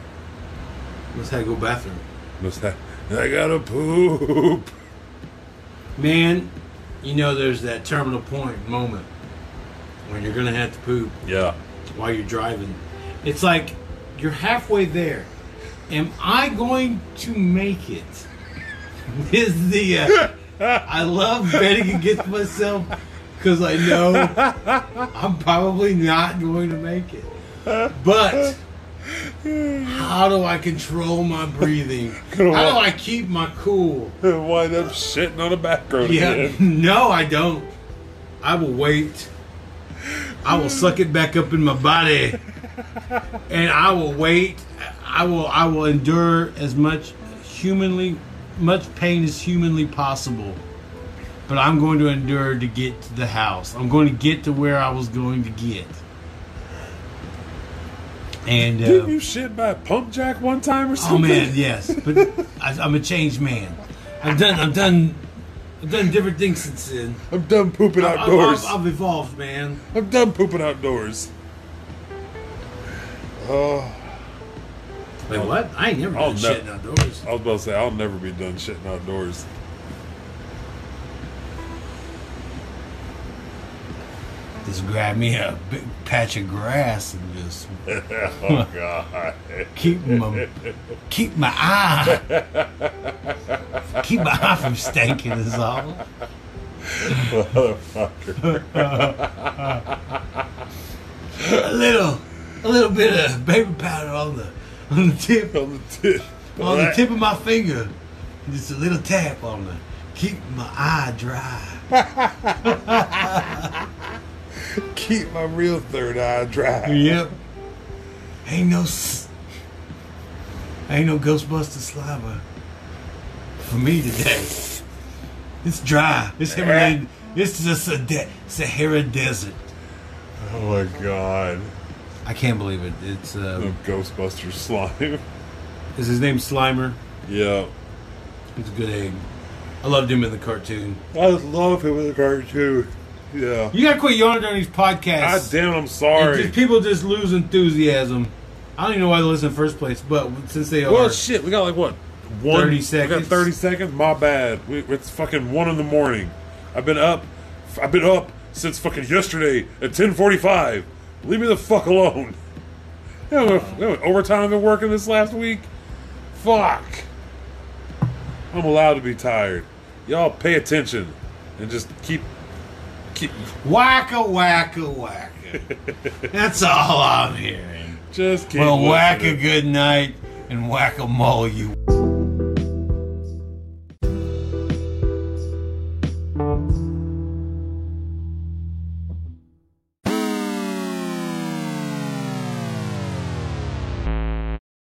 Speaker 2: must have to go bathroom.
Speaker 1: What's that? I gotta poop.
Speaker 2: Man, you know there's that terminal point moment when you're gonna have to poop
Speaker 1: Yeah.
Speaker 2: while you're driving. It's like you're halfway there. Am I going to make it? Is the uh, I love betting against myself because I know I'm probably not going to make it. But how do I control my breathing? How do I keep my cool?
Speaker 1: Wind up shitting on the back road
Speaker 2: Yeah,
Speaker 1: again.
Speaker 2: no, I don't. I will wait. I will suck it back up in my body, and I will wait. I will. I will endure as much humanly, much pain as humanly possible. But I'm going to endure to get to the house. I'm going to get to where I was going to get. And uh,
Speaker 1: Didn't you shit by a pump jack one time or
Speaker 2: Oh
Speaker 1: something?
Speaker 2: man, yes, but I, I'm a changed man. I've done, I've done, I've done different things since then.
Speaker 1: I'm done pooping
Speaker 2: I've-
Speaker 1: outdoors.
Speaker 2: I've, I've evolved, man.
Speaker 1: I'm done pooping outdoors. Oh,
Speaker 2: Wait, what? I ain't never
Speaker 1: Oh,
Speaker 2: done
Speaker 1: no.
Speaker 2: shit outdoors.
Speaker 1: I was about to say I'll never be done shitting outdoors.
Speaker 2: Just grab me a big patch of grass and just
Speaker 1: oh god.
Speaker 2: keep my keep my eye keep my eye from stinking is all.
Speaker 1: Motherfucker.
Speaker 2: A little, a little bit of baby powder on the on the tip
Speaker 1: On the tip.
Speaker 2: on the tip of my finger. Just a little tap on the keep my eye dry.
Speaker 1: Keep my real third eye dry.
Speaker 2: Yep. Ain't no, s- ain't no Ghostbuster saliva for me today. It's dry. It's Himalayan. It's just a de- Sahara desert.
Speaker 1: Oh my god.
Speaker 2: I can't believe it. It's
Speaker 1: The
Speaker 2: uh,
Speaker 1: Ghostbuster slime.
Speaker 2: is his name Slimer?
Speaker 1: yeah.
Speaker 2: It's a good egg. I loved him in the cartoon.
Speaker 1: I love him in the cartoon. Yeah.
Speaker 2: You gotta quit yawning during these
Speaker 1: God
Speaker 2: podcasts.
Speaker 1: damn, I'm
Speaker 2: It just-
Speaker 1: sorry.
Speaker 2: people just lose enthusiasm. I don't even know why they listen in the first place, but since they are,
Speaker 1: Well, shit, we got like what? One,
Speaker 2: 30
Speaker 1: We
Speaker 2: seconds.
Speaker 1: got 30 seconds? My bad. We, it's fucking 1 in the morning. I've been up. I've been up since fucking yesterday at 1045. Leave me the fuck alone. You know, if- you know, overtime I've been working this last week? Fuck. I'm allowed to be tired. Y'all pay attention and just keep keep
Speaker 2: wacka wacka wacka. That's all I'm hearing.
Speaker 1: just keep
Speaker 2: Well, whack a
Speaker 1: listening.
Speaker 2: good night and whack a mole, you.